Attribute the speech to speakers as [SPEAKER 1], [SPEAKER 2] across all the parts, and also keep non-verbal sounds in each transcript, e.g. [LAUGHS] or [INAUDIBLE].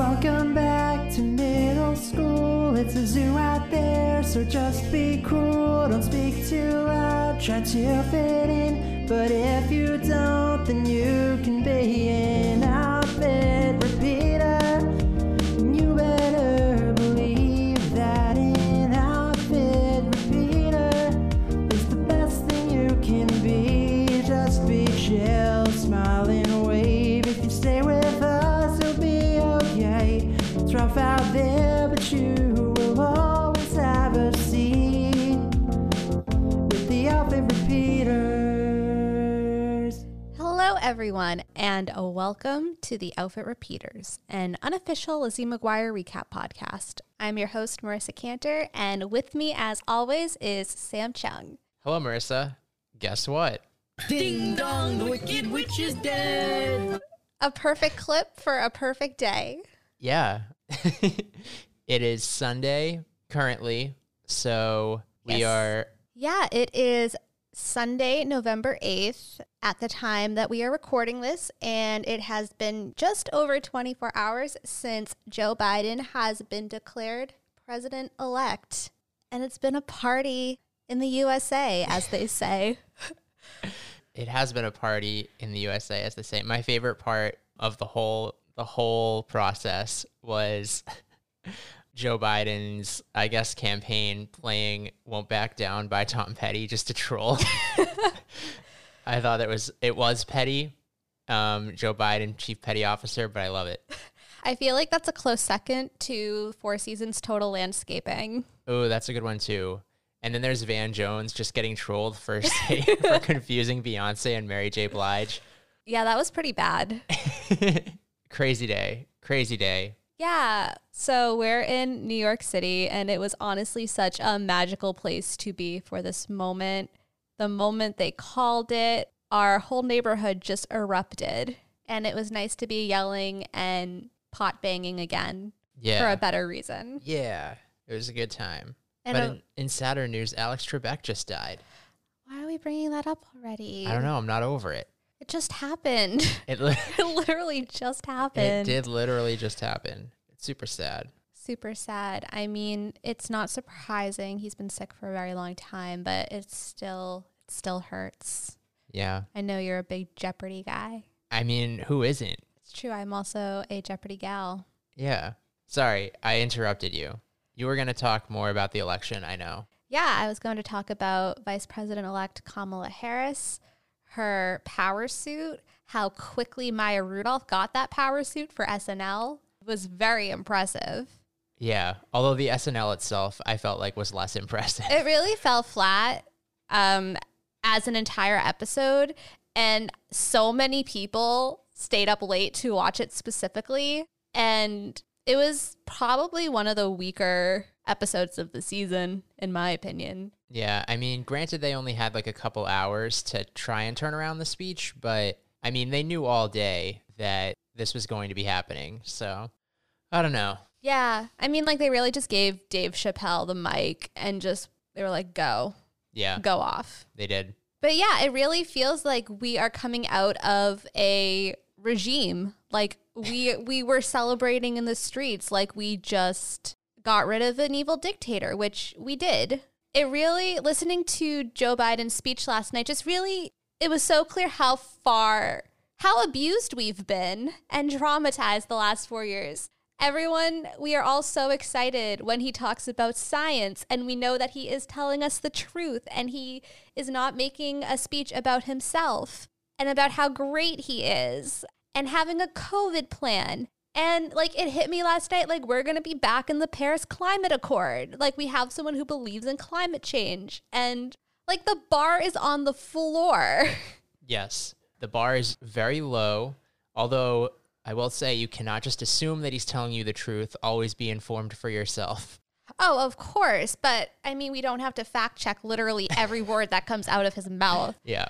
[SPEAKER 1] Welcome back to middle school. It's a zoo out there, so just be cool. Don't speak too loud, try to fit in. But if you don't, then you can be an outfit repeater. And you better believe that an outfit repeater is the best thing you can be. Just be chill, smile, and wave. If you stay with us, you'll be okay. It's rough out there, but you will always have a seat with the outfit repeaters.
[SPEAKER 2] Hello, everyone, and a welcome to the Outfit Repeaters, an unofficial Lizzie McGuire recap podcast. I'm your host, Marissa Cantor, and with me, as always, is Sam Chung.
[SPEAKER 3] Hello, Marissa. Guess what?
[SPEAKER 4] Ding dong, the wicked witch is dead.
[SPEAKER 2] A perfect clip for a perfect day.
[SPEAKER 3] Yeah. [LAUGHS] it is Sunday currently. So we
[SPEAKER 2] Yes.
[SPEAKER 3] are,
[SPEAKER 2] Yeah, it is Sunday, November 8th, at the time that we are recording this, and it has been just over 24 hours since Joe Biden has been declared president elect. And it's been a party in the USA, as they say.
[SPEAKER 3] it has been a party in the USA as they say. My favorite part of the whole, the whole process was [LAUGHS] Joe Biden's, I guess, campaign playing Won't Back Down by Tom Petty just to troll. [LAUGHS] I thought it was, it was Petty, um, Joe Biden, chief petty officer, but I love it.
[SPEAKER 2] I feel like that's a close second to Four Seasons Total Landscaping.
[SPEAKER 3] Oh, that's a good one too. And then there's Van Jones just getting
[SPEAKER 2] [LAUGHS]
[SPEAKER 3] trolled for say, for confusing Beyonce and Mary J. Blige. [LAUGHS]
[SPEAKER 2] Yeah, that was pretty bad.
[SPEAKER 3] Crazy day, crazy day.
[SPEAKER 2] yeah. So we're in New York City, and it was honestly such a magical place to be for this moment. The moment they called it, our whole neighborhood just erupted. And it was nice to be yelling and pot banging again
[SPEAKER 3] Yeah,
[SPEAKER 2] for a better reason.
[SPEAKER 3] yeah. It was a good time.
[SPEAKER 2] And
[SPEAKER 3] but
[SPEAKER 2] uh,
[SPEAKER 3] in, in sadder news, Alex Trebek just died.
[SPEAKER 2] why are we bringing that up already?
[SPEAKER 3] I don't know. I'm not over it.
[SPEAKER 2] It just happened. [LAUGHS]
[SPEAKER 3] It li- [LAUGHS]
[SPEAKER 2] it literally just
[SPEAKER 3] it
[SPEAKER 2] happened.
[SPEAKER 3] did literally just happen. It's super sad.
[SPEAKER 2] super sad. I mean, it's not surprising. He's been sick for a very long time, but it's still it still hurts.
[SPEAKER 3] Yeah.
[SPEAKER 2] I know you're a big Jeopardy guy.
[SPEAKER 3] I mean, who isn't?
[SPEAKER 2] It's true. I'm also a Jeopardy gal.
[SPEAKER 3] Yeah. Sorry, I interrupted you. You were gonna talk more about the election. I know.
[SPEAKER 2] Yeah, I was going to talk about Vice President elect Kamala Harris, her power suit, how quickly Maya Rudolph got that power suit for SNL was very impressive.
[SPEAKER 3] Yeah. Although the SNL itself, I felt like was less [LAUGHS] impressive.
[SPEAKER 2] it really fell flat um, as an entire episode and so many people stayed up late to watch it specifically and it was probably one of the weaker episodes of the season in my opinion
[SPEAKER 3] Yeah, I mean, granted, they only had like a couple hours to try and turn around the speech, but I mean, they knew all day that this was going to be happening. So I don't know.
[SPEAKER 2] yeah i mean like they really just gave dave chappelle the mic and just they were like go
[SPEAKER 3] Yeah,
[SPEAKER 2] go off
[SPEAKER 3] they did.
[SPEAKER 2] But yeah, it really feels like we are coming out of a regime. Like we we were celebrating in the streets like we just got rid of an evil dictator, which we did. It really listening to Joe Biden's speech last night just really it was so clear how far how abused we've been and traumatized the last 4 years. Everyone, we are all so excited when he talks about science, and we know that he is telling us the truth, and he is not making a speech about himself and about how great he is, and having a COVID plan. And like it hit me last night, like we're gonna be back in the Paris Climate Accord. Like we have someone who believes in climate change, and like the bar is on the floor. [LAUGHS]
[SPEAKER 3] Yes, the bar is very low. Although I will say, you cannot just assume that he's telling you the truth. Always be informed for yourself.
[SPEAKER 2] Oh, of course. But I mean, we don't have to fact check literally every word that comes out of his mouth.
[SPEAKER 3] Yeah,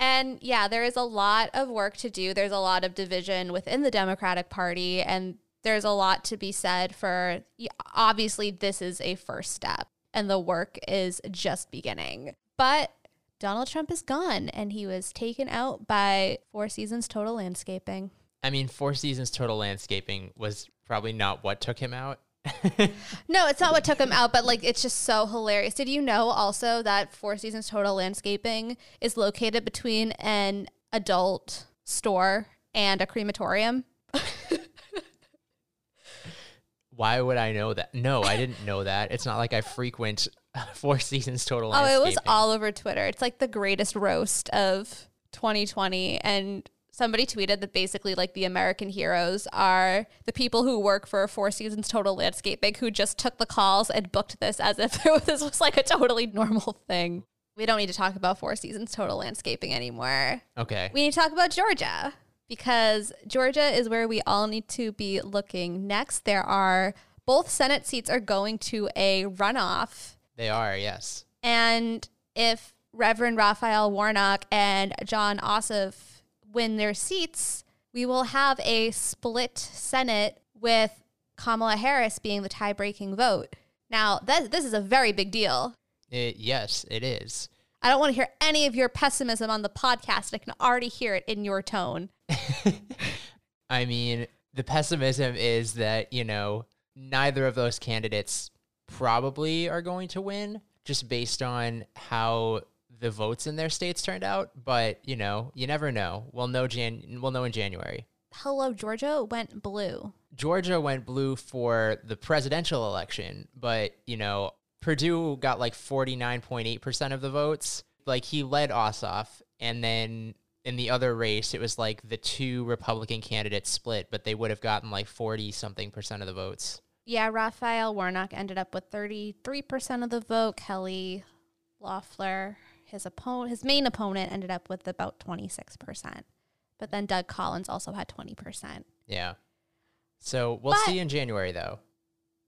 [SPEAKER 2] And yeah, there is a lot of work to do. There's a lot of division within the Democratic Party. And there's a lot to be said for y- obviously, this is a first step and the work is just beginning. But Donald Trump is gone and he was taken out by Four Seasons Total Landscaping.
[SPEAKER 3] I mean, Four Seasons Total Landscaping was probably not what took him out.
[SPEAKER 2] No, it's not what took him out, but like it's just so hilarious. Did you know also that Four Seasons Total Landscaping is located between an adult store and a crematorium?
[SPEAKER 3] Why would I know that? No, I didn't know that. It's not like I frequent [LAUGHS] Four Seasons Total
[SPEAKER 2] Oh,
[SPEAKER 3] Landscaping.
[SPEAKER 2] it was all over Twitter. It's like the greatest roast of 2020 and somebody tweeted that basically like the American heroes are the people who work for Four Seasons Total Landscaping who just took the calls and booked this as if [LAUGHS] this was like a totally normal thing. We don't need to talk about Four Seasons Total Landscaping anymore.
[SPEAKER 3] Okay.
[SPEAKER 2] We need to talk about Georgia because Georgia is where we all need to be looking next. There are both Senate seats are going to a runoff
[SPEAKER 3] they are, yes.
[SPEAKER 2] and if Reverend Raphael Warnock and John Ossoff win their seats, we will have a split Senate with Kamala Harris being the tie breaking vote. Now, that, this is a very big deal.
[SPEAKER 3] It, yes,
[SPEAKER 2] [LAUGHS]
[SPEAKER 3] it is.
[SPEAKER 2] I don't want to hear any of your pessimism on the podcast. I can already hear it in your tone.
[SPEAKER 3] I mean, the pessimism is that, you know, neither of those candidates probably are going to win just based on how the votes in their states turned out, but you know, you never know. We'll know Jan we'll know in January.
[SPEAKER 2] Hello, Georgia went blue.
[SPEAKER 3] Georgia went blue for the presidential election, but you know, Purdue got like 49.8% of the votes. Like he led Ossoff and then in the other race it was like the two Republican candidates split, but they would have gotten like 40 something percent of the votes.
[SPEAKER 2] Yeah, Raphael Warnock ended up with 33% of the vote. Kelly Loeffler, his opponent, his main opponent ended up with about 26%. But then Doug Collins also had 20%.
[SPEAKER 3] Yeah. So we'll
[SPEAKER 2] But-
[SPEAKER 3] see in January though.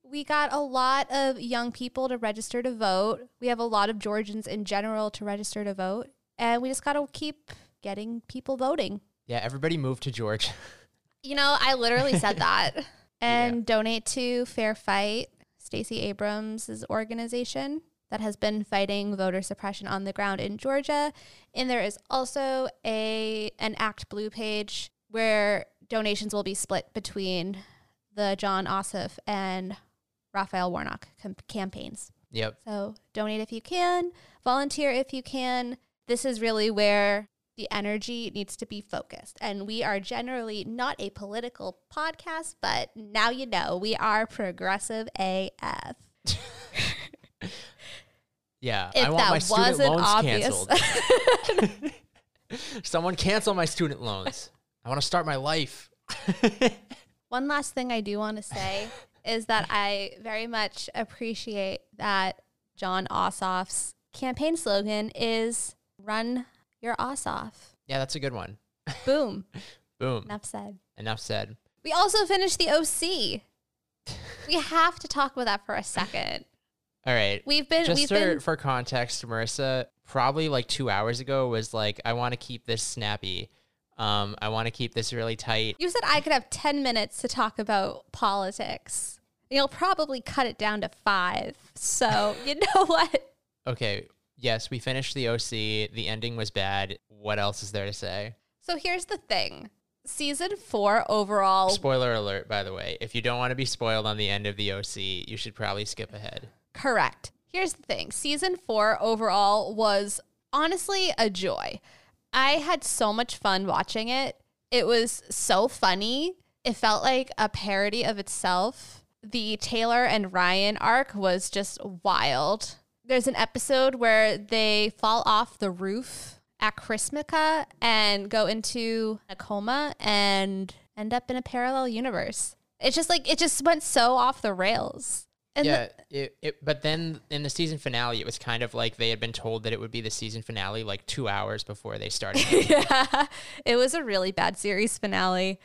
[SPEAKER 2] We got a lot of young people to register to vote. We have a lot of Georgians in general to register to vote, and we just got to keep getting people voting.
[SPEAKER 3] Yeah, everybody moved to Georgia. [LAUGHS]
[SPEAKER 2] You know, I literally said that. And donate to Fair Fight, Stacey Abrams' organization that has been fighting voter suppression on the ground in Georgia. And there is also a an Act Blue page where donations will be split between the John Ossoff and Raphael Warnock com- campaigns.
[SPEAKER 3] yep.
[SPEAKER 2] So donate if you can, volunteer if you can. This is really where the energy needs to be focused. And we are generally not a political podcast, but now you know we are progressive AF.
[SPEAKER 3] Yeah.
[SPEAKER 2] If
[SPEAKER 3] I want
[SPEAKER 2] that
[SPEAKER 3] my student
[SPEAKER 2] wasn't obvious.
[SPEAKER 3] loans
[SPEAKER 2] [LAUGHS]
[SPEAKER 3] canceled. [LAUGHS] Someone cancel my student loans. I want to start my life. [LAUGHS]
[SPEAKER 2] One last thing I do want to say is that I very much appreciate that John Ossoff's campaign slogan is run your ass off.
[SPEAKER 3] Yeah, that's a good one.
[SPEAKER 2] Boom.
[SPEAKER 3] Boom.
[SPEAKER 2] Enough said.
[SPEAKER 3] Enough said.
[SPEAKER 2] We also finished the OC. We have to talk about that for a second.
[SPEAKER 3] All right.
[SPEAKER 2] We've been
[SPEAKER 3] Just
[SPEAKER 2] we've
[SPEAKER 3] for,
[SPEAKER 2] been
[SPEAKER 3] for context, Marissa, probably like two hours ago, was like, I want to keep this snappy. Um, I want to keep this really tight.
[SPEAKER 2] you said I could have 10 minutes to talk about politics. You'll probably cut it down to 5. So, you [LAUGHS] know what?
[SPEAKER 3] Okay. Yes, we finished the OC. The ending was bad. What else is there to say?
[SPEAKER 2] So here's the thing. Season 4 overall
[SPEAKER 3] Spoiler alert, by the way. If you don't want to be spoiled on the end of the OC, you should probably skip ahead.
[SPEAKER 2] Correct. Here's the thing season four overall was honestly a joy. I had so much fun watching it. It was so funny. It felt like a parody of itself. The Taylor and Ryan arc was just wild. There's an episode where they fall off the roof at Chrismica and go into a coma and end up in a parallel universe. It's just like, it just went so off the rails. And the-
[SPEAKER 3] yeah, it, it, but then in the season finale, it was kind of like they had been told that it would be the season finale like two hours before they started.
[SPEAKER 2] [LAUGHS] yeah, it was a really bad series finale.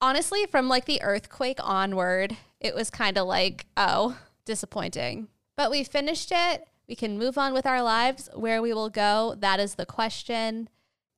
[SPEAKER 2] Honestly, from like the earthquake onward, it was kind of like, oh, disappointing. But we finished it. We can move on with our lives. Where we will go, that is the question.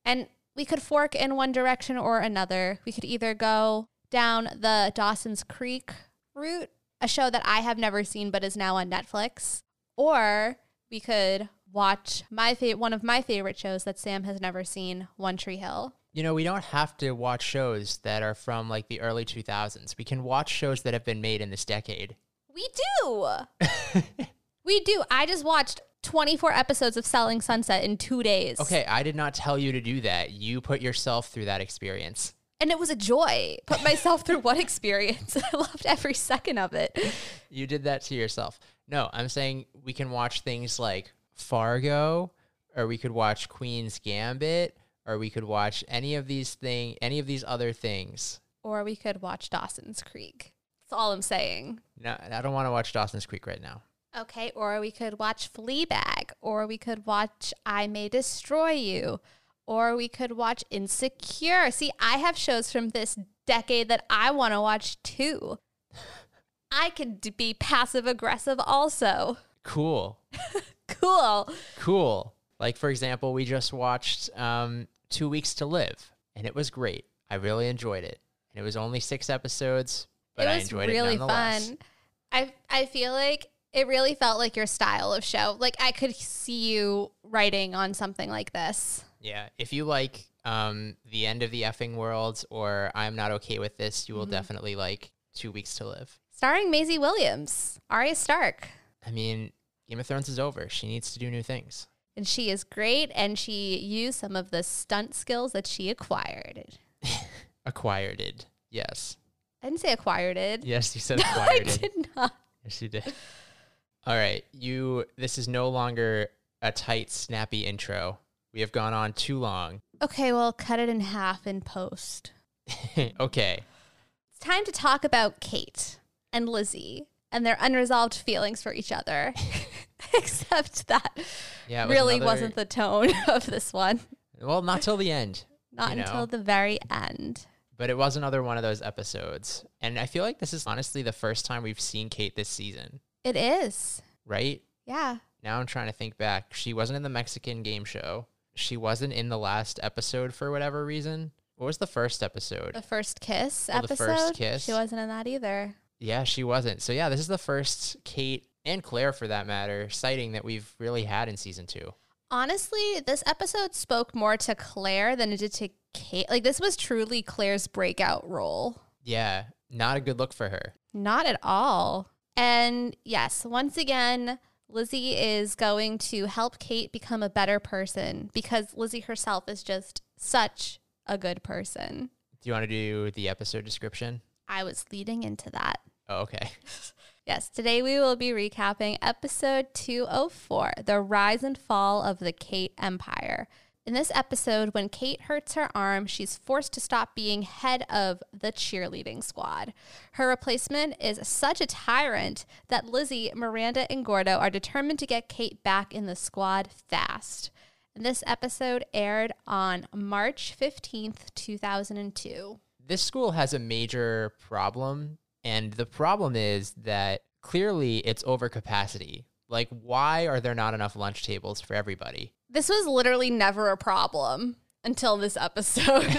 [SPEAKER 2] And we could fork in one direction or another. We could either go down the Dawson's Creek route, a show that I have never seen but is now on Netflix, or we could watch my fa- one of my favorite shows that Sam has never seen, One Tree Hill.
[SPEAKER 3] You know, we don't have to watch shows that are from like the early 2000s. We can watch shows that have been made in this decade.
[SPEAKER 2] We do. we do. I just watched 24 episodes of Selling Sunset in two days.
[SPEAKER 3] Okay, I did not tell you to do that. You put yourself through that experience.
[SPEAKER 2] And it was a joy. Put myself through what [LAUGHS] experience? I loved every second of it.
[SPEAKER 3] You did that to yourself. No, I'm saying we can watch things like Fargo or we could watch Queen's Gambit or we could watch any of these thing any of these other things.
[SPEAKER 2] Or we could watch Dawson's Creek. That's all I'm saying.
[SPEAKER 3] No, I don't want to watch Dawson's Creek right now.
[SPEAKER 2] Okay, or we could watch Fleabag, or we could watch I May Destroy You, or we could watch Insecure. See, I have shows from this decade that I want to watch too. I could d- be passive aggressive also.
[SPEAKER 3] Cool.
[SPEAKER 2] Cool.
[SPEAKER 3] Cool. Like for example, we just watched um, Two Weeks to Live, and it was great. I really enjoyed it, and it was only six episodes, but I enjoyed it nonetheless.
[SPEAKER 2] I I feel like it really felt like your style of show. Like I could see you writing on something like this.
[SPEAKER 3] Yeah, if you like um, the end of the effing world or I'm not okay with this, you will
[SPEAKER 2] Mm-hmm.
[SPEAKER 3] definitely like Two Weeks to Live.
[SPEAKER 2] Starring Maisie Williams, Arya Stark.
[SPEAKER 3] I mean, Game of Thrones is over. She needs to do new things.
[SPEAKER 2] And she is great and she used some of the stunt skills that she acquired.
[SPEAKER 3] Acquired it. Yes.
[SPEAKER 2] I didn't say acquired it.
[SPEAKER 3] Yes, you
[SPEAKER 2] [LAUGHS]
[SPEAKER 3] said
[SPEAKER 2] I
[SPEAKER 3] acquired it.
[SPEAKER 2] did not.
[SPEAKER 3] Yes, you did. [LAUGHS] All right, you. This is no longer a tight, snappy intro. We have gone on too long. [LAUGHS]
[SPEAKER 2] Okay, well, cut it in half in post.
[SPEAKER 3] okay.
[SPEAKER 2] It's time to talk about Kate and Lizzie and their unresolved feelings for each other. [LAUGHS] Except that
[SPEAKER 3] Yeah. it was
[SPEAKER 2] really
[SPEAKER 3] another-
[SPEAKER 2] wasn't the tone [LAUGHS] of this one.
[SPEAKER 3] Well, not till the end.
[SPEAKER 2] Not
[SPEAKER 3] you know.
[SPEAKER 2] until the very end.
[SPEAKER 3] but it was another one of those episodes. And I feel like this is honestly the first time we've seen Kate this season,
[SPEAKER 2] It is.
[SPEAKER 3] right?
[SPEAKER 2] Yeah.
[SPEAKER 3] Now I'm trying to think back. She wasn't in the Mexican game show. She wasn't in the last episode for whatever reason. What was the first episode?
[SPEAKER 2] The first kiss
[SPEAKER 3] Oh, the
[SPEAKER 2] episode.
[SPEAKER 3] first kiss.
[SPEAKER 2] She wasn't in that either.
[SPEAKER 3] yeah, she wasn't. So yeah, this is the first Kate and Claire for that matter sighting that we've really had in season 2.
[SPEAKER 2] Honestly, this episode spoke more to Claire than it did to Kate. Like, this was truly Claire's breakout role.
[SPEAKER 3] Yeah, not a good look for her.
[SPEAKER 2] Not at all. And yes, once again, Lizzie is going to help Kate become a better person because Lizzie herself is just such a good person.
[SPEAKER 3] Do you want to do the episode description?
[SPEAKER 2] I was leading into that.
[SPEAKER 3] Oh, okay. [LAUGHS]
[SPEAKER 2] Yes, today we will be recapping episode 204 The Rise and Fall of the Kate Empire. In this episode, when Kate hurts her arm, she's forced to stop being head of the cheerleading squad. Her replacement is such a tyrant that Lizzie, Miranda, and Gordo are determined to get Kate back in the squad fast. This episode aired on March 15th, 2002.
[SPEAKER 3] this school has a major problem and the problem is that clearly it's overcapacity like why are there not enough lunch tables for everybody
[SPEAKER 2] This was literally never a problem until this episode.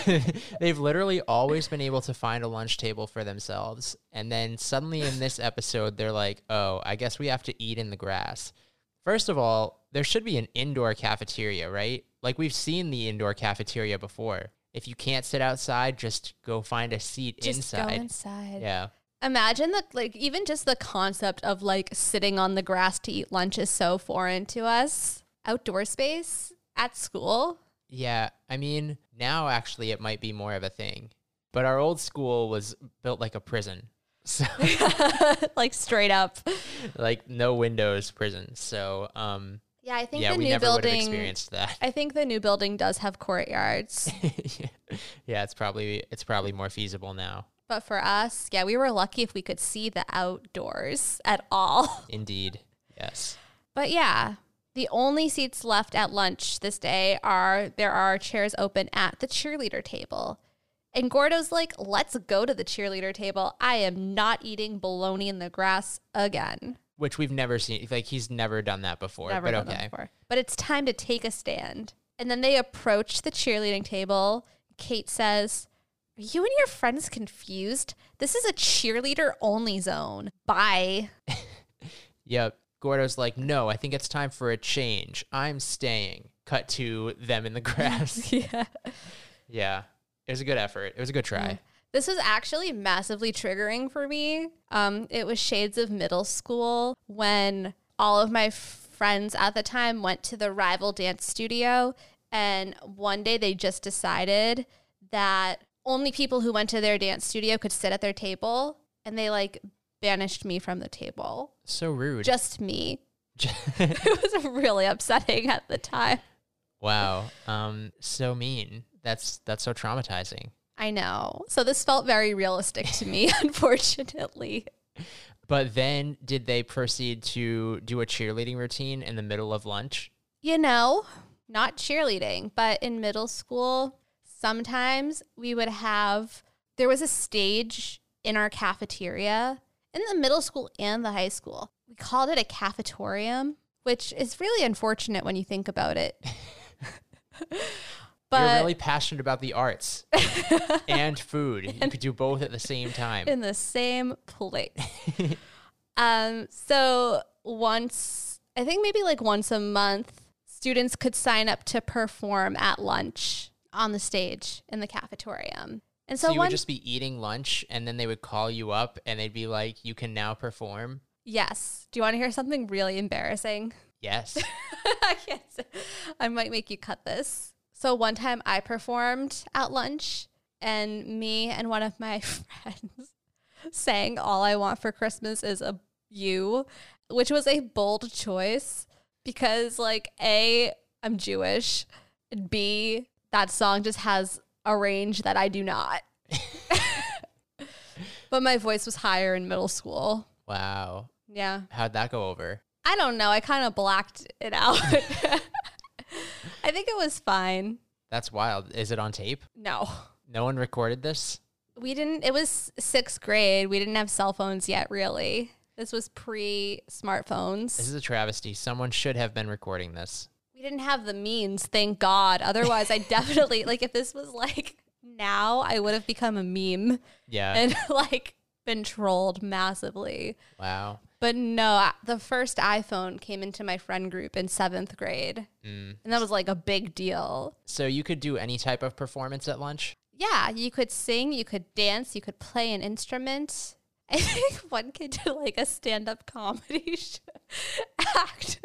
[SPEAKER 2] [LAUGHS]
[SPEAKER 3] [LAUGHS] they've literally always been able to find a lunch table for themselves and then suddenly in this episode they're like oh i guess we have to eat in the grass first of all there should be an indoor cafeteria right like we've seen the indoor cafeteria before if you can't sit outside just go find a seat
[SPEAKER 2] Just
[SPEAKER 3] inside
[SPEAKER 2] go inside.
[SPEAKER 3] yeah
[SPEAKER 2] Imagine that, like, even just the concept of like sitting on the grass to eat lunch is so foreign to us. Outdoor space at school. [LAUGHS]
[SPEAKER 3] Yeah, I mean, now actually it might be more of a thing. But our old school was built like a prison. [LAUGHS] So
[SPEAKER 2] like straight up.
[SPEAKER 3] like no windows prison. So um
[SPEAKER 2] Yeah, I think
[SPEAKER 3] yeah,
[SPEAKER 2] the
[SPEAKER 3] we
[SPEAKER 2] new
[SPEAKER 3] never would have
[SPEAKER 2] building
[SPEAKER 3] experienced that.
[SPEAKER 2] I think the new building does have courtyards.
[SPEAKER 3] [LAUGHS] yeah, it's probably it's probably more feasible now.
[SPEAKER 2] but for us, yeah, we were lucky if we could see the outdoors at all.
[SPEAKER 3] Indeed. Yes.
[SPEAKER 2] But yeah, the only seats left at lunch this day are there are chairs open at the cheerleader table. And Gordo's like, let's go to the cheerleader table. I am not eating bologna in the grass again.
[SPEAKER 3] Which we've never seen like he's never done that before.
[SPEAKER 2] Never
[SPEAKER 3] but
[SPEAKER 2] done that
[SPEAKER 3] okay.
[SPEAKER 2] before. But it's time to take a stand. And then they approach the cheerleading table. Kate says, Are you and your friends confused? This is a cheerleader only zone. Bye. [LAUGHS]
[SPEAKER 3] Yep. Gordo's like, no, I think it's
[SPEAKER 2] [LAUGHS]
[SPEAKER 3] time for a change. I'm staying. Cut to them in the grass.
[SPEAKER 2] Yeah.
[SPEAKER 3] Yeah. It was a good effort. It was a good
[SPEAKER 2] Mm.
[SPEAKER 3] try.
[SPEAKER 2] This was actually massively triggering for me. Um, it was shades of middle school when all of my friends at the time went to the rival dance studio. And one day they just decided that only people who went to their dance studio could sit at their table. And they like banished me from the table.
[SPEAKER 3] So rude.
[SPEAKER 2] Just me. [LAUGHS] It was really upsetting at the time.
[SPEAKER 3] [LAUGHS] wow. Um so mean. That's that's so traumatizing.
[SPEAKER 2] I know. So this felt very realistic to me, [LAUGHS] unfortunately.
[SPEAKER 3] But then did they proceed to do a cheerleading routine in the middle of lunch?
[SPEAKER 2] you know, not cheerleading, but in middle school, sometimes we would have, there was a stage in our cafeteria in the middle school and the high school. We called it a cafetorium, which is really unfortunate when you think about it.
[SPEAKER 3] [LAUGHS] You're
[SPEAKER 2] but
[SPEAKER 3] really passionate about
[SPEAKER 2] [LAUGHS]
[SPEAKER 3] the arts and food. You could do both at the same time.
[SPEAKER 2] in the same
[SPEAKER 3] [LAUGHS]
[SPEAKER 2] place. [LAUGHS] um, so once, I think maybe like once a month, students could sign up to perform at lunch on the stage in the cafetorium. And so,
[SPEAKER 3] so you
[SPEAKER 2] one,
[SPEAKER 3] would just be eating lunch and then they would call you up and they'd be like, You can now perform.
[SPEAKER 2] yes. Do you want to hear something really embarrassing? [LAUGHS]
[SPEAKER 3] Yes.
[SPEAKER 2] I can't say. I might make you cut this. So one time I performed at lunch, and me and one of my [LAUGHS] friends sang "All I Want for Christmas Is a You," which was a bold choice because, like, a I'm Jewish, and b that song just has a range that I do not. [LAUGHS] but my voice was higher in middle school.
[SPEAKER 3] Wow.
[SPEAKER 2] Yeah.
[SPEAKER 3] How'd that go over?
[SPEAKER 2] I don't know. I kind of blacked it out. [LAUGHS] I think it was fine.
[SPEAKER 3] That's wild. Is it on tape?
[SPEAKER 2] No,
[SPEAKER 3] No one recorded this?
[SPEAKER 2] we didn't. It was sixth grade. We didn't have cell phones yet, really. This was pre
[SPEAKER 3] This
[SPEAKER 2] smartphones.
[SPEAKER 3] is a travesty. Someone should have been recording this.
[SPEAKER 2] We didn't have the means, thank God. Otherwise, I definitely, like, if this was like now, I would have become a meme
[SPEAKER 3] Yeah.
[SPEAKER 2] and [LAUGHS] like been trolled massively.
[SPEAKER 3] wow.
[SPEAKER 2] But no, I- the first iPhone came into my friend group in seventh grade.
[SPEAKER 3] Mm.
[SPEAKER 2] And that was like a big deal.
[SPEAKER 3] So you could do any type of performance at lunch?
[SPEAKER 2] Yeah, you could sing, you could dance, you could play an instrument. [LAUGHS] I think one kid did like a stand up comedy [LAUGHS] show- act.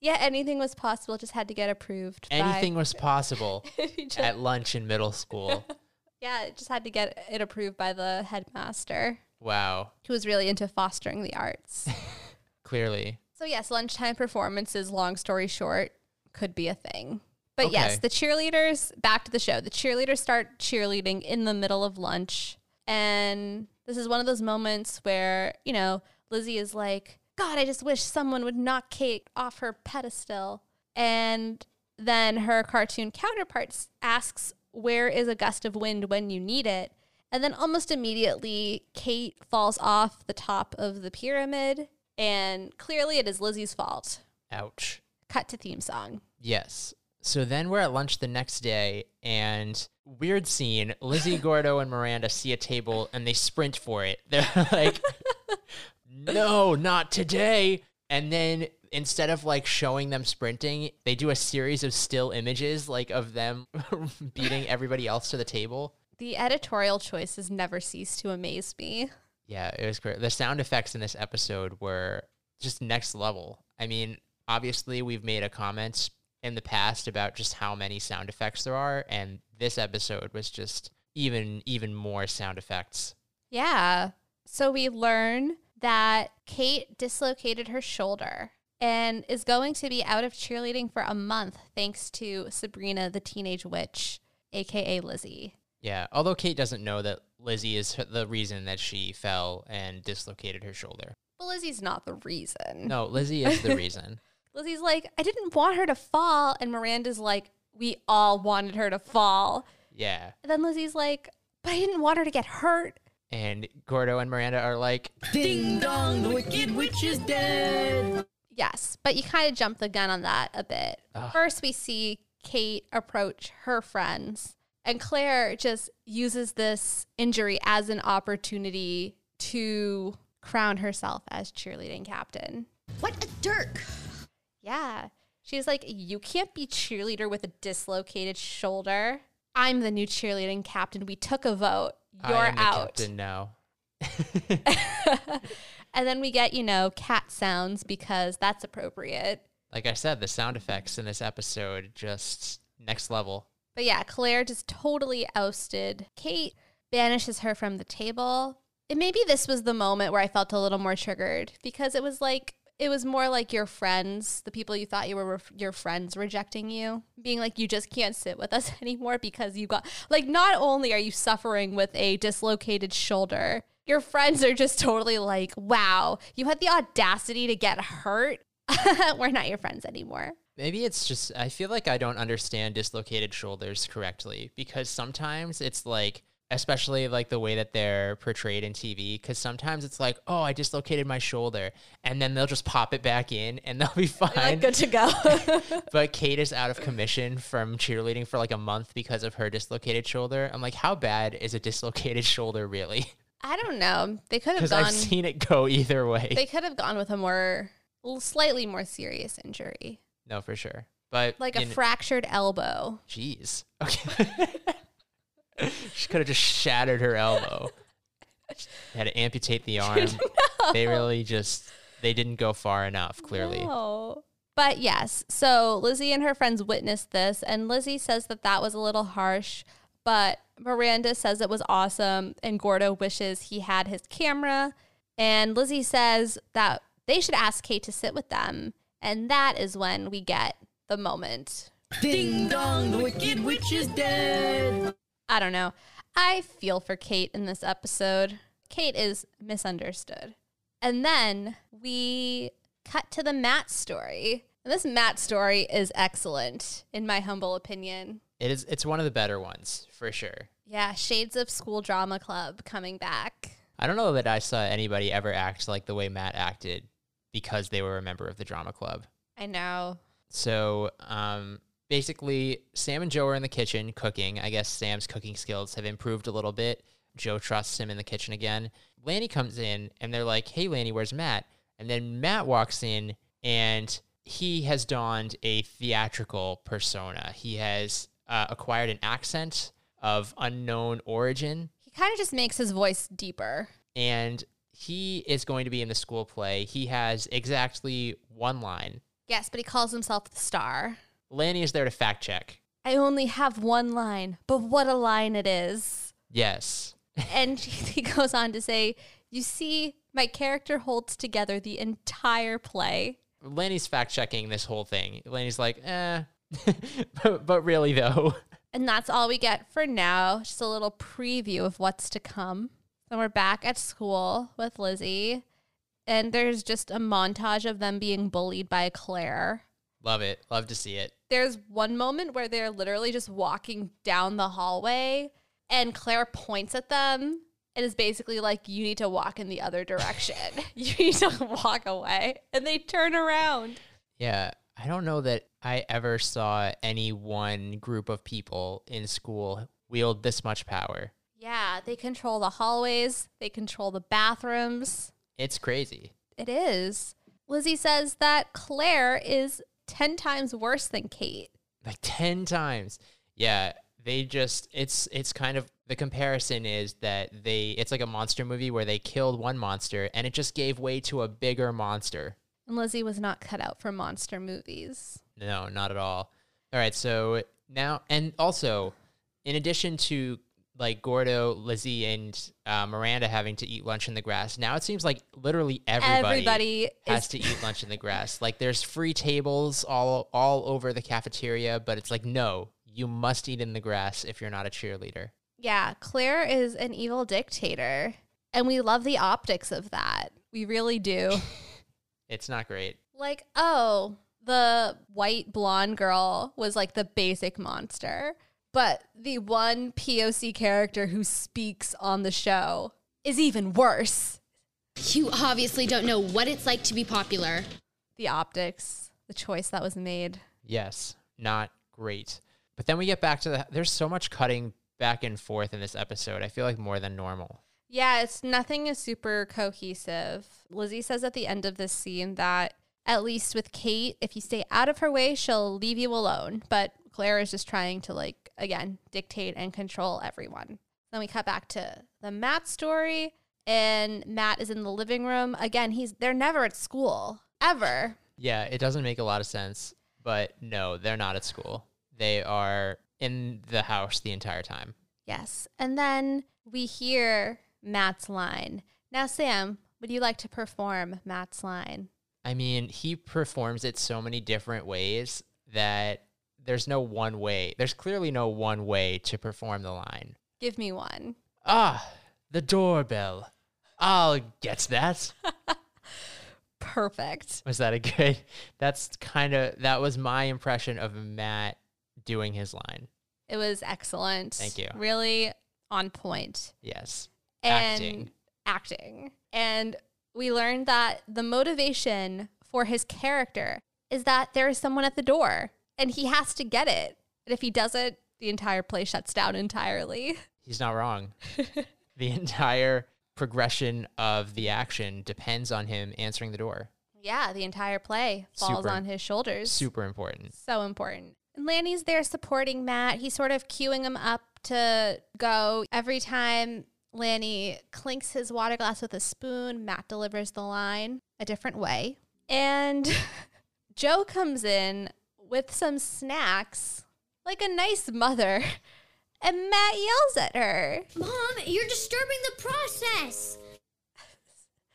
[SPEAKER 2] Yeah, anything was possible, just had to get approved. by- [LAUGHS]
[SPEAKER 3] Anything was possible
[SPEAKER 2] You just-
[SPEAKER 3] at lunch in middle school.
[SPEAKER 2] [LAUGHS] yeah, it just had to get it approved by the headmaster,
[SPEAKER 3] Wow.
[SPEAKER 2] who was really into fostering the
[SPEAKER 3] [LAUGHS]
[SPEAKER 2] arts.
[SPEAKER 3] Clearly.
[SPEAKER 2] so, yes, lunchtime performances, long story short, could be a thing. But yes,
[SPEAKER 3] Okay.
[SPEAKER 2] the cheerleaders, back to the show, the cheerleaders start cheerleading in the middle of lunch. And this is one of those moments where, you know, Lizzie is like, God, I just wish someone would knock Kate off her pedestal. And then her cartoon counterpart s- asks, Where is a gust of wind when you need it? And then almost immediately, Kate falls off the top of the pyramid. And clearly, it is Lizzie's fault.
[SPEAKER 3] Ouch.
[SPEAKER 2] Cut to theme song.
[SPEAKER 3] Yes. So then we're at lunch the next day, and weird scene Lizzie, Gordo, and Miranda see a table and they sprint for it. [LAUGHS] They're like, no, not today. And then instead of like showing them sprinting, they do a series of still images like of them [LAUGHS] beating everybody else to the table.
[SPEAKER 2] The editorial choices never cease to amaze me.
[SPEAKER 3] Yeah, it was great. The sound effects in this episode were just next level. I mean, obviously, we've made a comment in the past about just how many sound effects there are, and this episode was just even even more sound effects.
[SPEAKER 2] Yeah. So we learn that Kate dislocated her shoulder and is going to be out of cheerleading for a month thanks to Sabrina the teenage witch, aka Lizzie.
[SPEAKER 3] Yeah, although Kate doesn't know that Lizzie is h- the reason that she fell and dislocated her shoulder.
[SPEAKER 2] But Lizzie's not the reason.
[SPEAKER 3] No, Lizzie
[SPEAKER 2] [LAUGHS]
[SPEAKER 3] is the reason.
[SPEAKER 2] Lizzie's like, I didn't want her to fall. And Miranda's like, we all wanted her to fall.
[SPEAKER 3] Yeah.
[SPEAKER 2] And then Lizzie's like, but I didn't want her to get hurt.
[SPEAKER 3] And Gordo and Miranda are like,
[SPEAKER 4] Ding dong, the wicked witch is dead.
[SPEAKER 2] Yes, but you kind of jumped the gun on that a bit.
[SPEAKER 3] Ugh.
[SPEAKER 2] First, we see Kate approach her friends, and Claire just uses this injury as an opportunity to crown herself as cheerleading captain.
[SPEAKER 5] What a dirk!
[SPEAKER 2] Yeah. She's like, You can't be cheerleader with a dislocated shoulder. I'm the new cheerleading captain. We took a vote.
[SPEAKER 3] I
[SPEAKER 2] You're
[SPEAKER 3] am the
[SPEAKER 2] out.
[SPEAKER 3] Captain now.
[SPEAKER 2] and then we get, you know, cat sounds because that's appropriate.
[SPEAKER 3] Like I said, the sound effects in this episode just next level.
[SPEAKER 2] But yeah, Claire just totally ousted Kate, banishes her from the table. And maybe this was the moment where I felt a little more triggered because it was like, it was more like your friends, the people you thought you were ref- your friends rejecting you, being like, you just can't sit with us [LAUGHS] anymore because you got, like, not only are you suffering with a dislocated shoulder, your friends are just totally like, wow, you had the audacity to get hurt. [LAUGHS] we're not your friends anymore.
[SPEAKER 3] Maybe it's just I feel like I don't understand dislocated shoulders correctly because sometimes it's like especially like the way that they're portrayed in TV cuz sometimes it's like, "Oh, I dislocated my shoulder." And then they'll just pop it back in and [LAUGHS] they'll be fine.
[SPEAKER 2] Like, good to go.
[SPEAKER 3] but Kate is out of commission from cheerleading for like a month because of her dislocated shoulder. I'm like, "How bad is a dislocated [LAUGHS] shoulder really?"
[SPEAKER 2] I don't know. They could have
[SPEAKER 3] Cuz
[SPEAKER 2] gone.
[SPEAKER 3] I've seen it go either way.
[SPEAKER 2] they could have gone with a more, slightly more serious injury,
[SPEAKER 3] no, for sure. But
[SPEAKER 2] like
[SPEAKER 3] you
[SPEAKER 2] a
[SPEAKER 3] kn-
[SPEAKER 2] fractured elbow.
[SPEAKER 3] Jeez. Okay. [LAUGHS] she could have just shattered her elbow. Had to amputate the arm. They really just they didn't go far enough, clearly.
[SPEAKER 2] No. But yes, so Lizzie and her friends witnessed this, and Lizzie says that that was a little harsh, but Miranda says it was awesome, and Gordo wishes he had his camera. And Lizzie says that they should ask Kate to sit with them. And that is when we get the moment
[SPEAKER 4] Ding dong, the wicked witch is dead.
[SPEAKER 2] I don't know. I feel for Kate in this episode. Kate is misunderstood. And then we cut to the Matt story. And this Matt story is excellent, in my humble opinion.
[SPEAKER 3] It is it's one of the better ones, for sure.
[SPEAKER 2] Yeah, Shades of School Drama Club coming back.
[SPEAKER 3] I don't know that I saw anybody ever act like the way Matt acted because they were a member of the drama club.
[SPEAKER 2] I know.
[SPEAKER 3] So um, basically, Sam and Joe are in the kitchen cooking. I guess Sam's cooking skills have improved a little bit. Joe trusts him in the kitchen again. Lanny comes in and they're like, hey, Lanny, where's Matt? And then Matt walks in and he has donned a theatrical persona. He has uh, acquired an accent of unknown origin
[SPEAKER 2] He kind of just makes his voice deeper.
[SPEAKER 3] and he is going to be in the school play. He has exactly one line.
[SPEAKER 2] Yes, but he calls himself the star.
[SPEAKER 3] Lanny is there to fact check.
[SPEAKER 2] I only have one line, but what a line it is.
[SPEAKER 3] Yes.
[SPEAKER 2] and [LAUGHS] he goes on to say, "You see, my character holds together the entire play."
[SPEAKER 3] Lanny's fact checking this whole thing. Lanny's like, eh. [LAUGHS] but, but really, though, [LAUGHS]
[SPEAKER 2] And that's all we get for now. Just a little preview of what's to come. Then we're back at school with Lizzie, and there's just a montage of them being bullied by Claire.
[SPEAKER 3] love it. Love to see it.
[SPEAKER 2] There's one moment where they're literally just walking down the hallway, and Claire points at them and is basically like, You need to walk in the other direction. [LAUGHS] you need to walk away. And they turn around.
[SPEAKER 3] Yeah. I don't know that I ever saw any one group of people in school wield this much power.
[SPEAKER 2] Yeah, they control the hallways, they control the bathrooms.
[SPEAKER 3] It's crazy.
[SPEAKER 2] It is. Lizzie says that Claire is 10 times worse than Kate.
[SPEAKER 3] Like [LAUGHS] 10 times. Yeah. They just, it's, it's kind of, the comparison is that they, it's like a monster movie where they killed one monster and it just gave way to a bigger monster.
[SPEAKER 2] And Lizzie was not cut out for monster movies.
[SPEAKER 3] No, not at all. All right, so now and also, in addition to like Gordo, Lizzie, and uh, Miranda having to eat lunch in the grass, now it seems like literally everybody,
[SPEAKER 2] Everybody
[SPEAKER 3] has
[SPEAKER 2] is-
[SPEAKER 3] to eat lunch in the grass. Like there's free tables all all over the cafeteria, but it's like no, you must eat in the grass if you're not a cheerleader.
[SPEAKER 2] Yeah, Claire is an evil dictator. And we love the optics of that. We really do.
[SPEAKER 3] It's not great.
[SPEAKER 2] like, oh, the white blonde girl was like the basic monster. But the one POC character who speaks on the show is even worse.
[SPEAKER 5] You obviously don't know what it's like to be popular.
[SPEAKER 2] The optics, the choice that was made.
[SPEAKER 3] Yes, not great. But then we get back to the. There's so much cutting back and forth in this episode. I feel like more than normal.
[SPEAKER 2] Yeah, it's nothing is super cohesive. Lizzie says at the end of this scene that at least with Kate, if you stay out of her way, she'll leave you alone. But Claire is just trying to like again dictate and control everyone. Then we cut back to the Matt story, and Matt is in the living room again. He's they're never at school ever.
[SPEAKER 3] Yeah, it doesn't make a lot of sense, but no, they're not at school. They are in the house the entire time.
[SPEAKER 2] Yes. And then we hear Matt's line. Now, Sam, would you like to perform Matt's line?
[SPEAKER 3] I mean, he performs it so many different ways that there's no one way. There's clearly no one way to perform the line.
[SPEAKER 2] Give me one.
[SPEAKER 3] Ah, the doorbell. I'll get that.
[SPEAKER 2] Perfect.
[SPEAKER 3] Was that a good? [LAUGHS] That's kind of that was my impression of Matt doing his line.
[SPEAKER 2] It was excellent.
[SPEAKER 3] Thank you.
[SPEAKER 2] Really on point.
[SPEAKER 3] Yes.
[SPEAKER 2] and
[SPEAKER 3] Acting.
[SPEAKER 2] acting. And we learned that the motivation for his character is that there is someone at the door and he has to get it. And if he doesn't, the entire play shuts down entirely.
[SPEAKER 3] He's not wrong. the entire progression of the action depends on him answering the door.
[SPEAKER 2] Yeah, the entire play falls
[SPEAKER 3] Super.
[SPEAKER 2] on his shoulders.
[SPEAKER 3] Super important.
[SPEAKER 2] So important. And Lanny's there supporting Matt. He's sort of queuing him up to go. Every time Lanny clinks his water glass with a spoon, Matt delivers the line a different way. And [LAUGHS] Joe comes in with some snacks, like a nice mother, [LAUGHS] and Matt yells at her.
[SPEAKER 5] Mom, you're disturbing the process.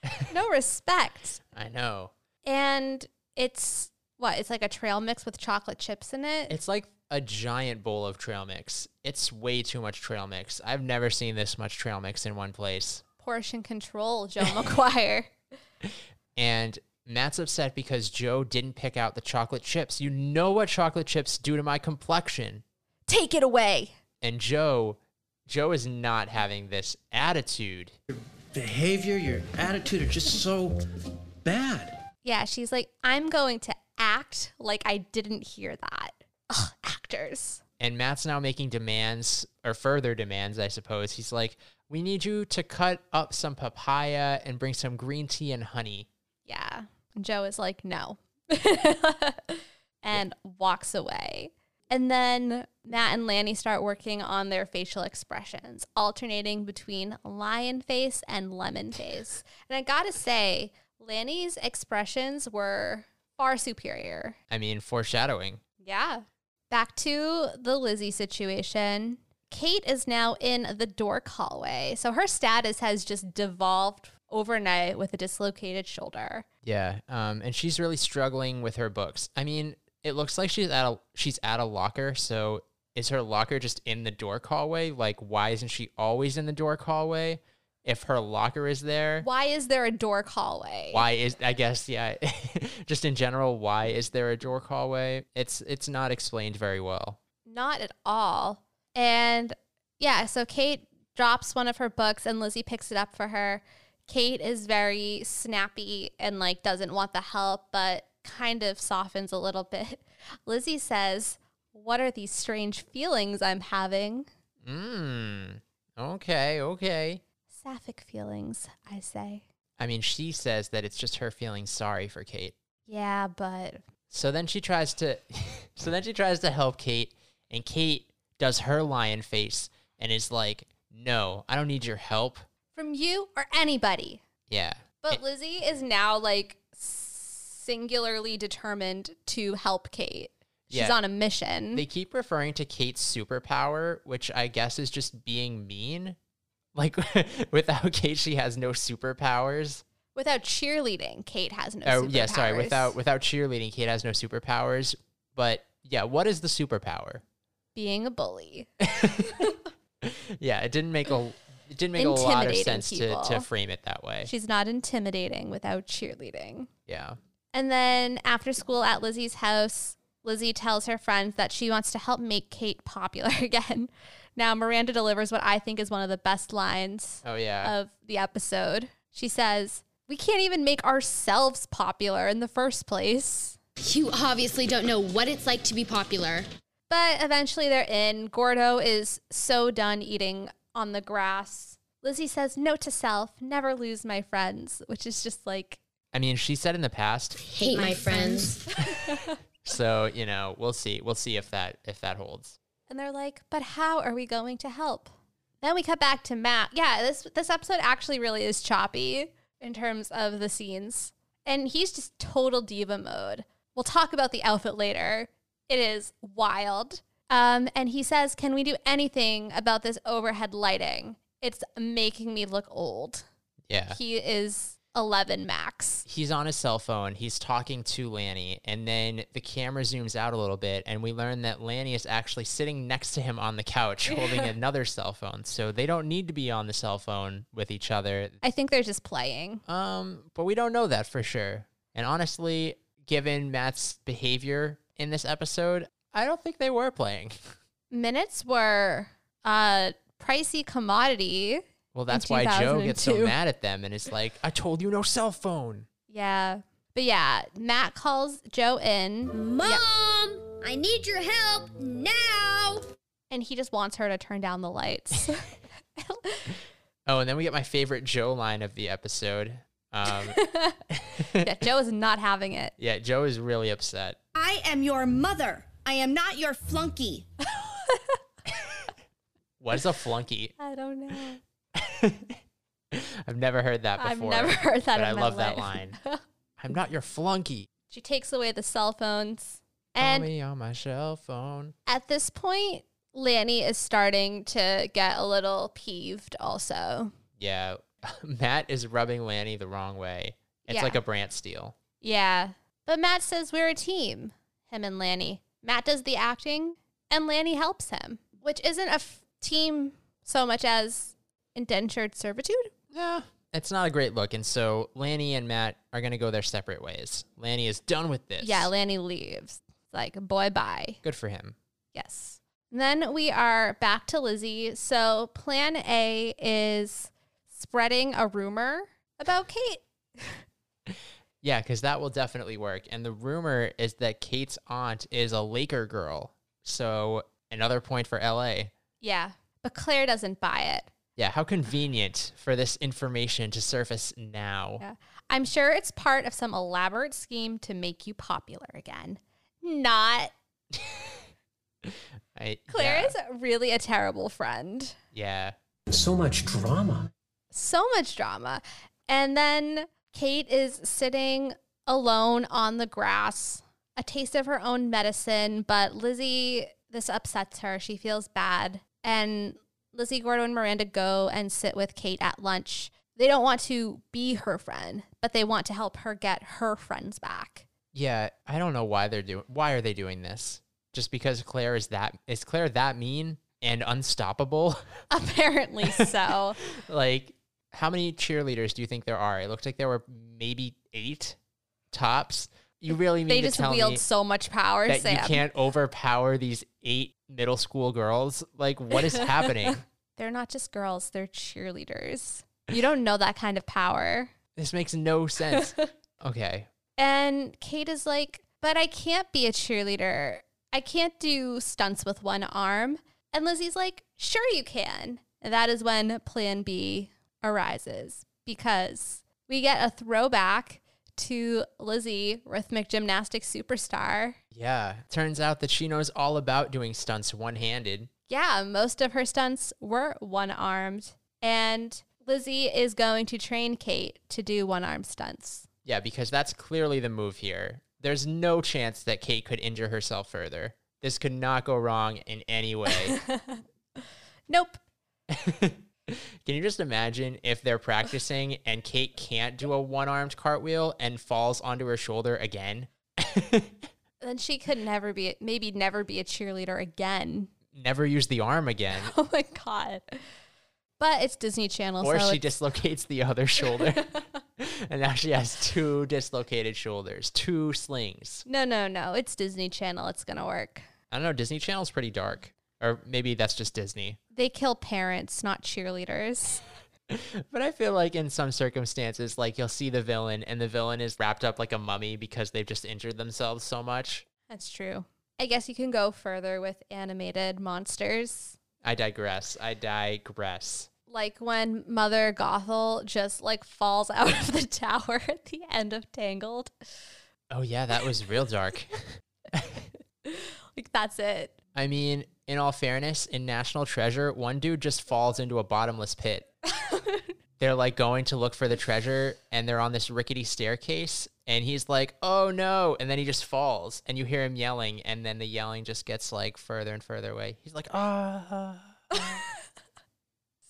[SPEAKER 2] [LAUGHS] No respect.
[SPEAKER 3] I know.
[SPEAKER 2] And it's what? It's like a trail mix with chocolate chips in it.
[SPEAKER 3] It's like a giant bowl of trail mix. It's way too much trail mix. I've never seen this much trail mix in one place.
[SPEAKER 2] Portion control, Joe [LAUGHS] McGuire.
[SPEAKER 3] And Matt's upset because Joe didn't pick out the chocolate chips. You know what chocolate chips do to my complexion.
[SPEAKER 2] Take it away.
[SPEAKER 3] And Joe, Joe is not having this attitude.
[SPEAKER 6] behavior, your attitude are just so bad.
[SPEAKER 2] Yeah, she's like, I'm going to act like I didn't hear that. Ugh, actors.
[SPEAKER 3] And Matt's now making demands or further demands, I suppose. He's like, "We need you to cut up some papaya and bring some green tea and honey."
[SPEAKER 2] Yeah. And Joe is like, no. and walks away. And then Matt and Lanny start working on their facial expressions, alternating between lion face and lemon face. and I gotta say, Lanny's expressions were far superior
[SPEAKER 3] I mean, foreshadowing.
[SPEAKER 2] Yeah. Back to the Lizzie situation. Kate is now in the dork hallway. So her status has just devolved overnight with a dislocated shoulder.
[SPEAKER 3] Yeah, um, and she's really struggling with her books. I mean, it looks like she's at a she's at a locker. So is her locker just in the dork hallway? Like, why isn't she always in the dork hallway? If her locker is there,
[SPEAKER 2] Why is there a dork hallway?
[SPEAKER 3] why is I guess yeah, [LAUGHS] just in general, why is there a dork hallway? It's it's not explained very well.
[SPEAKER 2] Not at all. And yeah, so Kate drops one of her books and Lizzie picks it up for her. Kate is very snappy and like doesn't want the help, but kind of softens a little bit. [LAUGHS] Lizzie says, What are these strange feelings I'm having?
[SPEAKER 3] Mm. Okay, okay.
[SPEAKER 2] Sapphic feelings, I say.
[SPEAKER 3] I mean, she says that it's just her feeling sorry for Kate.
[SPEAKER 2] Yeah, but
[SPEAKER 3] So then she tries to [LAUGHS] so then she tries to help Kate and Kate does her lion face and is like, "No, I don't need your help."
[SPEAKER 2] from you or anybody.
[SPEAKER 3] Yeah.
[SPEAKER 2] But Lizzie is now like singularly determined to help Kate. She's
[SPEAKER 3] Yeah.
[SPEAKER 2] on a mission.
[SPEAKER 3] They keep referring to Kate's superpower, which I guess is just being mean. Like [LAUGHS] without Kate, she has no superpowers.
[SPEAKER 2] Without cheerleading, Kate has no.
[SPEAKER 3] Oh, yeah, sorry.
[SPEAKER 2] superpowers.
[SPEAKER 3] Without without cheerleading, Kate has no superpowers. But yeah, what is the superpower?
[SPEAKER 2] being a
[SPEAKER 3] [LAUGHS]
[SPEAKER 2] bully.
[SPEAKER 3] Yeah, it didn't make a it didn't make a lot of
[SPEAKER 2] Intimidating
[SPEAKER 3] sense to, to
[SPEAKER 2] people.
[SPEAKER 3] frame it that way.
[SPEAKER 2] She's not intimidating without cheerleading.
[SPEAKER 3] Yeah.
[SPEAKER 2] And then after school at Lizzie's house, Lizzie tells her friends that she wants to help make Kate popular [LAUGHS] again. Now Miranda delivers what I think is one of the best lines
[SPEAKER 3] Oh yeah.
[SPEAKER 2] of the episode. She says, "We can't even make ourselves popular in the first place."
[SPEAKER 5] You obviously don't know what it's like to be popular.
[SPEAKER 2] But eventually they're in. Gordo is so done eating on the grass. Lizzie says, Note to self, never lose my friends, which is just like,
[SPEAKER 3] I mean, she said in the past,
[SPEAKER 5] Hate my friends.
[SPEAKER 3] so you know, we'll see. We'll see if that if that holds.
[SPEAKER 2] And they're like, but how are we going to help? Then we cut back to Matt. Yeah, this this episode actually really is choppy in terms of the scenes. And he's just total diva mode. We'll talk about the outfit later. It is wild. Um, and he says, Can we do anything about this overhead lighting? It's making me look old.
[SPEAKER 3] Yeah.
[SPEAKER 2] He is 11 max.
[SPEAKER 3] he's on his cell phone. He's talking to Lanny, and then the camera zooms out a little bit, and we learn that Lanny is actually sitting next to him on the couch
[SPEAKER 2] [LAUGHS]
[SPEAKER 3] holding another cell phone. So they don't need to be on the cell phone with each other.
[SPEAKER 2] I think they're just playing.
[SPEAKER 3] Um, but we don't know that for sure. And honestly, given Matt's behavior in this episode, I don't think they were playing. [LAUGHS]
[SPEAKER 2] Minutes were a pricey commodity.
[SPEAKER 3] Well, that's why Joe gets so
[SPEAKER 2] 2002.
[SPEAKER 3] mad at them and is like, I told you no cell phone.
[SPEAKER 2] Yeah. But yeah, Matt calls Joe in
[SPEAKER 5] Mom, I need your help now.
[SPEAKER 2] and he just wants her to turn down the lights. [LAUGHS]
[SPEAKER 3] Oh, and then we get my favorite Joe line of the episode.
[SPEAKER 2] [LAUGHS]
[SPEAKER 3] Um,
[SPEAKER 2] yeah, Joe is not having it.
[SPEAKER 3] yeah, Joe is really upset.
[SPEAKER 7] I am your mother. I am not your flunky.
[SPEAKER 3] What is a flunky?
[SPEAKER 2] I don't know.
[SPEAKER 3] I've never heard that
[SPEAKER 2] I've
[SPEAKER 3] before.
[SPEAKER 2] never heard that
[SPEAKER 3] But
[SPEAKER 2] in
[SPEAKER 3] I
[SPEAKER 2] my
[SPEAKER 3] love that line.
[SPEAKER 2] life.
[SPEAKER 3] I'm not your flunky.
[SPEAKER 2] [LAUGHS] She takes away the cell phones.
[SPEAKER 3] And
[SPEAKER 2] And
[SPEAKER 3] me on my cell phone.
[SPEAKER 2] at this point, Lanny is starting to get a little peeved also.
[SPEAKER 3] Yeah, [LAUGHS] Matt is rubbing Lanny the wrong way. It's
[SPEAKER 2] Yeah.
[SPEAKER 3] like a Brant steal.
[SPEAKER 2] Yeah. But Matt says we're a team, him and Lanny. Matt does the acting and Lanny helps him, which isn't a f- team so much as indentured servitude.
[SPEAKER 3] Yeah, it's not a great look. And so Lanny and Matt are going to go their separate ways. Lanny is done with this.
[SPEAKER 2] Yeah, Lanny leaves. It's like, boy, bye.
[SPEAKER 3] Good for him.
[SPEAKER 2] Yes. Then we are back to Lizzie. So plan A is spreading a rumor about Kate.
[SPEAKER 3] Yeah, because that will definitely work. And the rumor is that Kate's aunt is a Laker girl. So another point for LA.
[SPEAKER 2] Yeah. But Claire doesn't buy it.
[SPEAKER 3] Yeah, how convenient for this information to surface now.
[SPEAKER 2] Yeah. I'm sure it's part of some elaborate scheme to make you popular again. Not.
[SPEAKER 3] I,
[SPEAKER 2] Claire
[SPEAKER 3] yeah,
[SPEAKER 2] is really a terrible friend.
[SPEAKER 3] yeah.
[SPEAKER 6] So much drama.
[SPEAKER 2] So much drama. And then Kate is sitting alone on the grass, a taste of her own medicine, but Lizzie, this upsets her. She feels bad. And Lizzie, Gordo, and Miranda go and sit with Kate at lunch. They don't want to be her friend, but they want to help her get her friends back. [LAUGHS]
[SPEAKER 3] Yeah, I don't know why they're doing why are they doing this? Just because Claire is that is Claire that mean and unstoppable? [LAUGHS]
[SPEAKER 2] Apparently so.
[SPEAKER 3] like how many cheerleaders do you think there are? It looked like there were maybe 8 tops. You really mean
[SPEAKER 2] they
[SPEAKER 3] to
[SPEAKER 2] just
[SPEAKER 3] tell
[SPEAKER 2] wield
[SPEAKER 3] me
[SPEAKER 2] so much power,
[SPEAKER 3] that
[SPEAKER 2] Sam.
[SPEAKER 3] you can't overpower these 8 middle school girls? Like what
[SPEAKER 2] [LAUGHS]
[SPEAKER 3] is happening?
[SPEAKER 2] They're not just girls, they're cheerleaders. You don't know that kind of power.
[SPEAKER 3] this makes
[SPEAKER 2] [LAUGHS]
[SPEAKER 3] no sense. Okay.
[SPEAKER 2] And Kate is like, but I can't be a cheerleader. I can't do stunts with one arm. And Lizzie's like, sure you can. And that is when plan B arises because we get a throwback to Lizzie, rhythmic gymnastics superstar.
[SPEAKER 3] Yeah. Turns out that she knows all about doing stunts one-handed.
[SPEAKER 2] yeah, most of her stunts were one armed. And Lizzie is going to train Kate to do one arm stunts.
[SPEAKER 3] Yeah, because that's clearly the move here. There's no chance that Kate could injure herself further. This could not go wrong in
[SPEAKER 2] [LAUGHS]
[SPEAKER 3] any way.
[SPEAKER 2] Nope.
[SPEAKER 3] Can you just imagine if they're practicing and Kate can't do a one armed cartwheel and falls onto her shoulder again?
[SPEAKER 2] Then she could never be, maybe never be a cheerleader again. [LAUGHS]
[SPEAKER 3] Never use the arm again.
[SPEAKER 2] Oh my God. But it's Disney Channel.
[SPEAKER 3] Or
[SPEAKER 2] so
[SPEAKER 3] she
[SPEAKER 2] it's-
[SPEAKER 3] dislocates the other shoulder. and now she has two dislocated shoulders, two slings.
[SPEAKER 2] no, no, no. It's Disney Channel. It's going to work.
[SPEAKER 3] I don't know, Disney Channel's pretty dark. Or maybe that's just Disney.
[SPEAKER 2] They kill parents, not cheerleaders.
[SPEAKER 3] But I feel like in some circumstances, like you'll see the villain and the villain is wrapped up like a mummy because they've just injured themselves so much.
[SPEAKER 2] That's true. I guess you can go further with animated monsters.
[SPEAKER 3] I digress. I digress.
[SPEAKER 2] like when Mother Gothel just like falls [LAUGHS] out of the tower at the end of Tangled.
[SPEAKER 3] [LAUGHS] Oh, yeah, that was real dark.
[SPEAKER 2] Like that's it.
[SPEAKER 3] I mean, in all fairness, in National Treasure, one dude just falls into a bottomless pit. they're like going to look for the treasure and they're on this rickety staircase and he's like, "Oh no." And then he just falls and you hear him yelling and then the yelling just gets like further and further away. He's like, "Ah."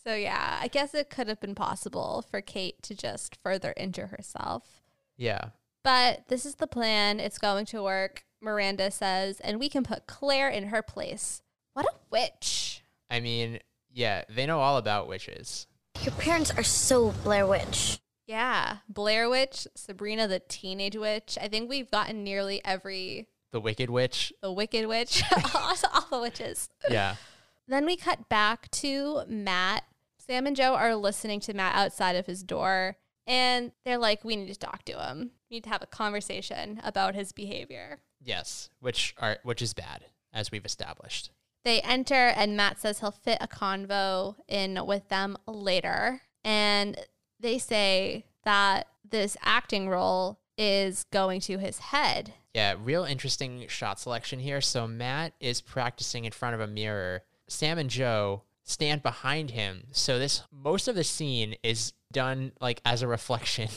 [SPEAKER 2] So yeah, I guess it could have been possible for Kate to just further injure herself.
[SPEAKER 3] Yeah.
[SPEAKER 2] But this is the plan. It's going to work, Miranda says, and we can put Claire in her place. What a witch.
[SPEAKER 3] I mean, yeah, they know all about witches.
[SPEAKER 8] Your parents are so Blair Witch.
[SPEAKER 2] Yeah, Blair Witch, Sabrina the Teenage Witch. I think we've gotten nearly every
[SPEAKER 3] The Wicked Witch.
[SPEAKER 2] the Wicked Witch, [LAUGHS] all, all the witches.
[SPEAKER 3] Yeah.
[SPEAKER 2] Then we cut back to Matt. Sam and Joe are listening to Matt outside of his door, and they're like, "We need to talk to him. We need to have a conversation about his behavior."
[SPEAKER 3] Yes, which are which is bad as we've established.
[SPEAKER 2] They enter, and Matt says he'll fit a convo in with them later. And they say that this acting role is going to his head.
[SPEAKER 3] Yeah, real interesting shot selection here. So Matt is practicing in front of a mirror. Sam and Joe stand behind him. So this most of the scene is done like as a reflection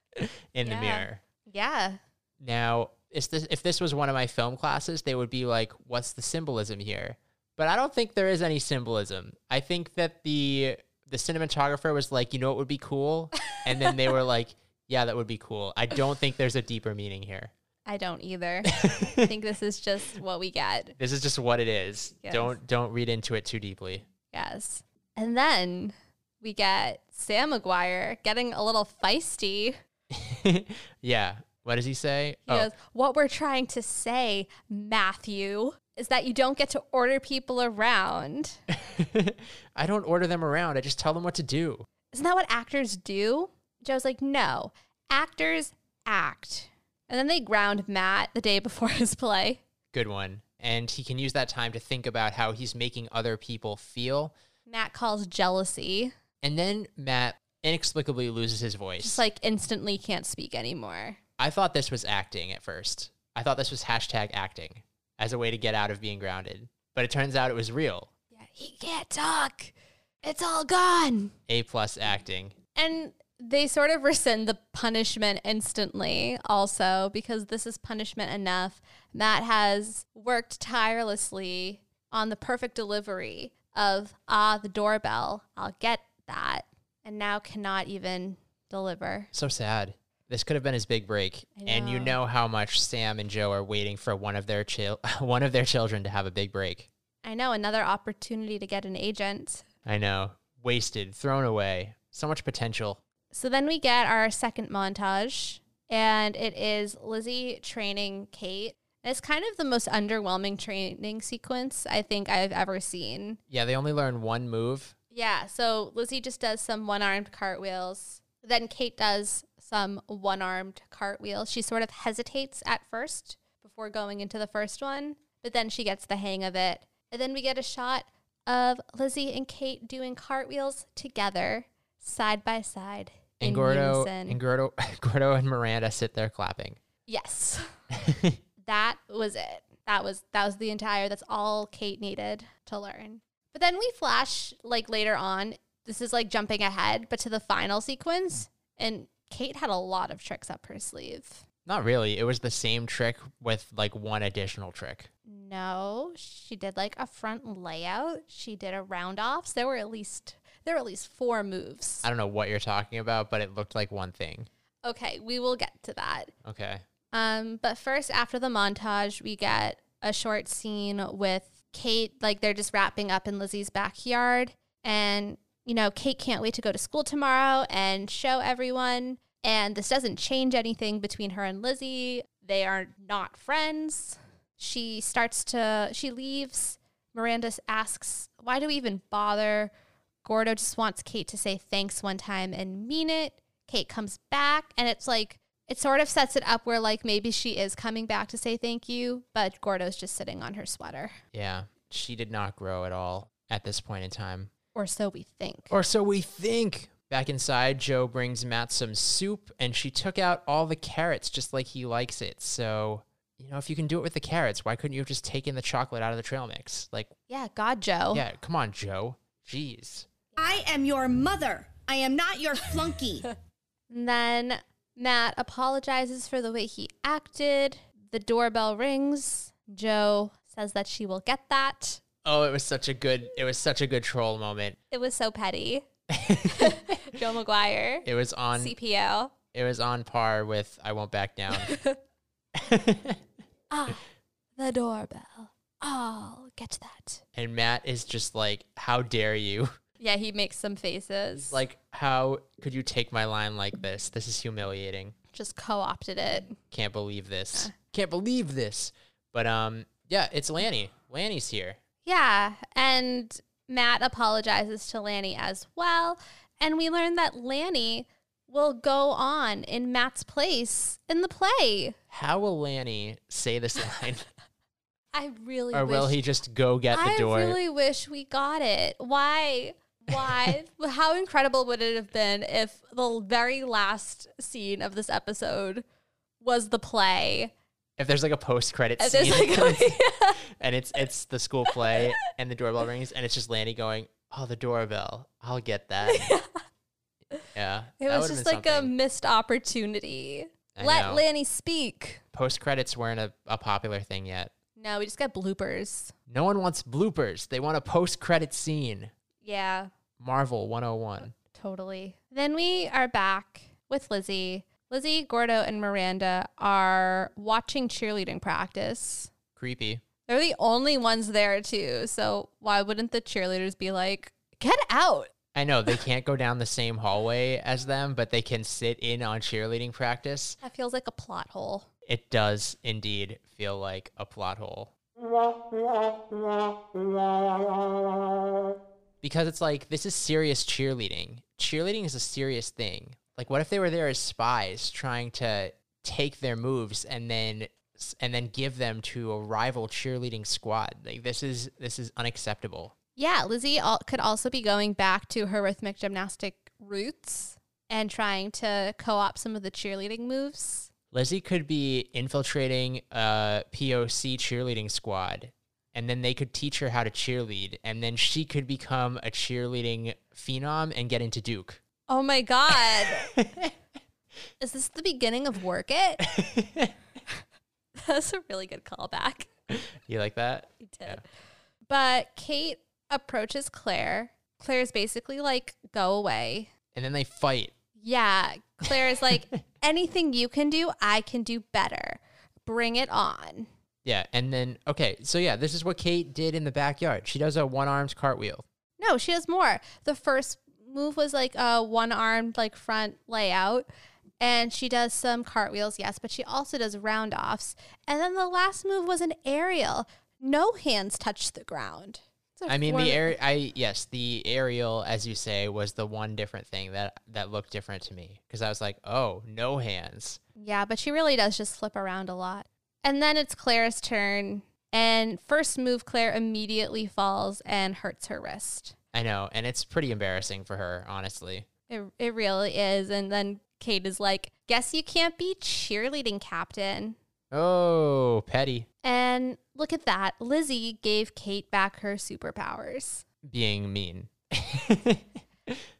[SPEAKER 3] [LAUGHS] in
[SPEAKER 2] Yeah.
[SPEAKER 3] the mirror.
[SPEAKER 2] Yeah.
[SPEAKER 3] Now, is this if this was one of my film classes, they would be like, "What's the symbolism here?" But I don't think there is any symbolism. I think that the the cinematographer was like, "You know, it would be cool," and then they were like, "Yeah, that would be cool." I don't think there's a deeper meaning here.
[SPEAKER 2] I don't either. I think this is just what we get.
[SPEAKER 3] This is just what it is.
[SPEAKER 2] Yes.
[SPEAKER 3] Don't don't read into it too deeply. [LAUGHS]
[SPEAKER 2] Yes. And then we get Sam McGuire getting a little feisty. He
[SPEAKER 3] yeah. What does he say? Oh.
[SPEAKER 2] goes, What we're trying to say, Matthew, is that you don't get to order people around.
[SPEAKER 3] [LAUGHS] I don't order them around. I just tell them what to do.
[SPEAKER 2] Isn't that what actors do? Joe's like, No, actors act. And then they ground Matt the day before [LAUGHS] his play.
[SPEAKER 3] Good one. And he can use that time to think about how he's making other people feel.
[SPEAKER 2] Matt calls jealousy,
[SPEAKER 3] And then Matt inexplicably loses his voice.
[SPEAKER 2] just like instantly can't speak anymore.
[SPEAKER 3] I thought this was acting at first. I thought this was hashtag acting as a way to get out of being grounded. But it turns out it was real.
[SPEAKER 2] Yeah, he can't talk. It's all gone.
[SPEAKER 3] A plus acting.
[SPEAKER 2] And they sort of rescind the punishment instantly, also, because this is punishment enough. Matt has worked tirelessly on the perfect delivery of, ah, the doorbell. I'll get that. And now cannot even deliver.
[SPEAKER 3] So sad. This could have been his big break.
[SPEAKER 2] I
[SPEAKER 3] And you
[SPEAKER 2] know.
[SPEAKER 3] know how much Sam and Joe are waiting for one of their chil- [LAUGHS] one of their children to have a big break.
[SPEAKER 2] I know another opportunity to get an agent.
[SPEAKER 3] I know. Wasted, thrown away. So much potential.
[SPEAKER 2] So then we get our second montage, and it is Lizzie training Kate. It's kind of the most underwhelming training sequence I think I've ever seen.
[SPEAKER 3] Yeah, they only learn one move.
[SPEAKER 2] Yeah, so Lizzie just does some one armed cartwheels. Then Kate does some one armed cartwheels. She sort of hesitates at first before going into the first one, but then she gets the hang of it. And then we get a shot of Lizzie and Kate doing cartwheels together, side by side.
[SPEAKER 3] And
[SPEAKER 2] in
[SPEAKER 3] Gordo,
[SPEAKER 2] unison.
[SPEAKER 3] and Gordo, [LAUGHS] Gordo and Miranda sit there clapping.
[SPEAKER 2] Yes. that was it. That was that was the entire that's all Kate needed to learn. But then we flash like later on. This is like jumping ahead, but to the final sequence and Kate had a lot of tricks up her sleeve.
[SPEAKER 3] Not really. It was the same trick with like one additional trick.
[SPEAKER 2] No, she did like a front layout. She did a round offs. There were at least there were at least four moves.
[SPEAKER 3] I don't know what you're talking about, but it looked like one thing.
[SPEAKER 2] Okay, we will get to that.
[SPEAKER 3] Okay.
[SPEAKER 2] Um, but first, after the montage, we get a short scene with Kate. Like they're just wrapping up in Lizzie's backyard, and you know Kate can't wait to go to school tomorrow and show everyone. And this doesn't change anything between her and Lizzie. They are not friends. She starts to she leaves. Miranda asks, "Why do we even bother?" Gordo just wants Kate to say thanks one time and mean it. Kate comes back, and it's like, it sort of sets it up where, like, maybe she is coming back to say thank you, but Gordo's just sitting on her sweater,
[SPEAKER 3] Yeah. She did not grow at all at this point in time.
[SPEAKER 2] or so we think.
[SPEAKER 3] Or so we think. Back inside, Joe brings Matt some soup and she took out all the carrots just like he likes it. So you know, if you can do it with the carrots, why couldn't you have just taken the chocolate out of the trail mix? Like,
[SPEAKER 2] Yeah, God, Joe.
[SPEAKER 3] yeah, come on, Joe. Jeez.
[SPEAKER 7] I am your mother. I am not your
[SPEAKER 8] [LAUGHS]
[SPEAKER 7] flunky.
[SPEAKER 2] And then Matt apologizes for the way he acted. The doorbell rings. Joe says that she will get that.
[SPEAKER 3] Oh, it was such a good it was such a good troll moment.
[SPEAKER 2] It was so
[SPEAKER 3] [LAUGHS]
[SPEAKER 2] petty. [LAUGHS] Joe McGuire,
[SPEAKER 3] It was on
[SPEAKER 2] CPO.
[SPEAKER 3] it was on par with I won't back down.
[SPEAKER 2] The doorbell. Oh, get that.
[SPEAKER 3] and Matt is just like, "How dare you?"
[SPEAKER 2] Yeah, he makes some faces.
[SPEAKER 3] Like, "How could you take my line like this? This is humiliating.
[SPEAKER 2] just co opted it.
[SPEAKER 3] Can't believe this. Can't believe this." But um yeah, it's Lanny. Lanny's here.
[SPEAKER 2] Yeah. And Matt apologizes to Lanny as well. And we learn that Lanny will go on in Matt's place in the play.
[SPEAKER 3] How will Lanny say
[SPEAKER 2] [LAUGHS]
[SPEAKER 3] this line?
[SPEAKER 2] I really
[SPEAKER 3] or
[SPEAKER 2] wish
[SPEAKER 3] will he just go get the
[SPEAKER 2] I
[SPEAKER 3] door?
[SPEAKER 2] really wish we got it. Why? Why? [LAUGHS] How incredible would it have been if the very last scene of this episode was the play?
[SPEAKER 3] if there's like a post credit
[SPEAKER 2] And
[SPEAKER 3] scene
[SPEAKER 2] there's like, [LAUGHS]
[SPEAKER 3] and [LAUGHS] it's it's the school play and the doorbell rings and it's just Lanny going, "Oh, the doorbell. I'll
[SPEAKER 2] [LAUGHS]
[SPEAKER 3] get that." Yeah.
[SPEAKER 2] it was just like um, a missed opportunity.
[SPEAKER 3] I
[SPEAKER 2] Let
[SPEAKER 3] know.
[SPEAKER 2] Lanny speak.
[SPEAKER 3] a post credits weren't a, a popular thing yet.
[SPEAKER 2] No, we just got bloopers.
[SPEAKER 3] No one wants bloopers. They want a post credit scene.
[SPEAKER 2] Yeah,
[SPEAKER 3] Marvel 101.
[SPEAKER 2] totally. Then we are back with Lizzie. Lizzie, Gordo, and Miranda are watching cheerleading practice.
[SPEAKER 3] Creepy.
[SPEAKER 2] They're the only ones there too. So why wouldn't the cheerleaders be like, "Get out"?
[SPEAKER 3] I know they can't go down the same hallway as them, but they can sit in on cheerleading practice.
[SPEAKER 2] That feels like a plot hole.
[SPEAKER 3] It does indeed feel like a plot hole. Because it's like, this is serious cheerleading. Cheerleading is a serious thing. Like, what if they were there as spies trying to take their moves and then and then give them to a rival cheerleading squad like this is this is unacceptable
[SPEAKER 2] Yeah, Lizzie al- could also be going back to her rhythmic gymnastic roots and trying to co-opt some of the cheerleading moves.
[SPEAKER 3] lizzie could be infiltrating a poc cheerleading squad and then they could teach her how to cheerlead and then she could become a cheerleading phenom and get into duke
[SPEAKER 2] Oh my god. Is this the beginning of Work It? That's a really good callback. [LAUGHS]
[SPEAKER 3] You like that?
[SPEAKER 2] He did. But Kate approaches Claire. Claire's basically like, "Go away."
[SPEAKER 3] And then they fight.
[SPEAKER 2] Yeah. Claire is like, anything you can do, I can do better. Bring it on.
[SPEAKER 3] Yeah. And then, okay. So, yeah, this is what Kate did in the backyard. She does a one armed cartwheel.
[SPEAKER 2] No, she has more. The first move was like a one armed, like front layout. And she does some cartwheels, yes, but she also does round offs. And then the last move was an aerial. No hands touch the ground. It's a
[SPEAKER 3] I mean,
[SPEAKER 2] form-
[SPEAKER 3] the air, I, yes, the aerial, as you say, was the one different thing that, that looked different to me because I was like, oh, no hands.
[SPEAKER 2] Yeah, but she really does just flip around a lot. And then it's Claire's turn. And first move, Claire immediately falls and hurts her wrist.
[SPEAKER 3] I know. And it's pretty embarrassing for her, honestly.
[SPEAKER 2] It, it really is. And then Kate is like, Guess you can't be cheerleading captain.
[SPEAKER 3] Oh, petty
[SPEAKER 2] And look at that. Lizzie gave Kate back her superpowers.
[SPEAKER 3] being mean.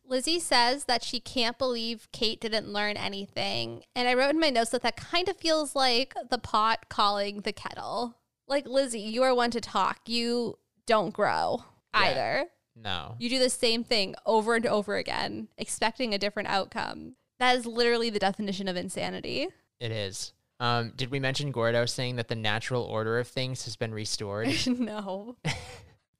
[SPEAKER 2] Lizzie says that she can't believe Kate didn't learn anything. And I wrote in my notes that that kind of feels like the pot calling the kettle. Like, Lizzie, you are one to talk. You don't grow either.
[SPEAKER 3] No.
[SPEAKER 2] You do the same thing over and over again, expecting a different outcome. That is literally the definition of insanity.
[SPEAKER 3] It is. Um, did we mention Gordo saying that the natural order of things has been [LAUGHS] restored?
[SPEAKER 2] no.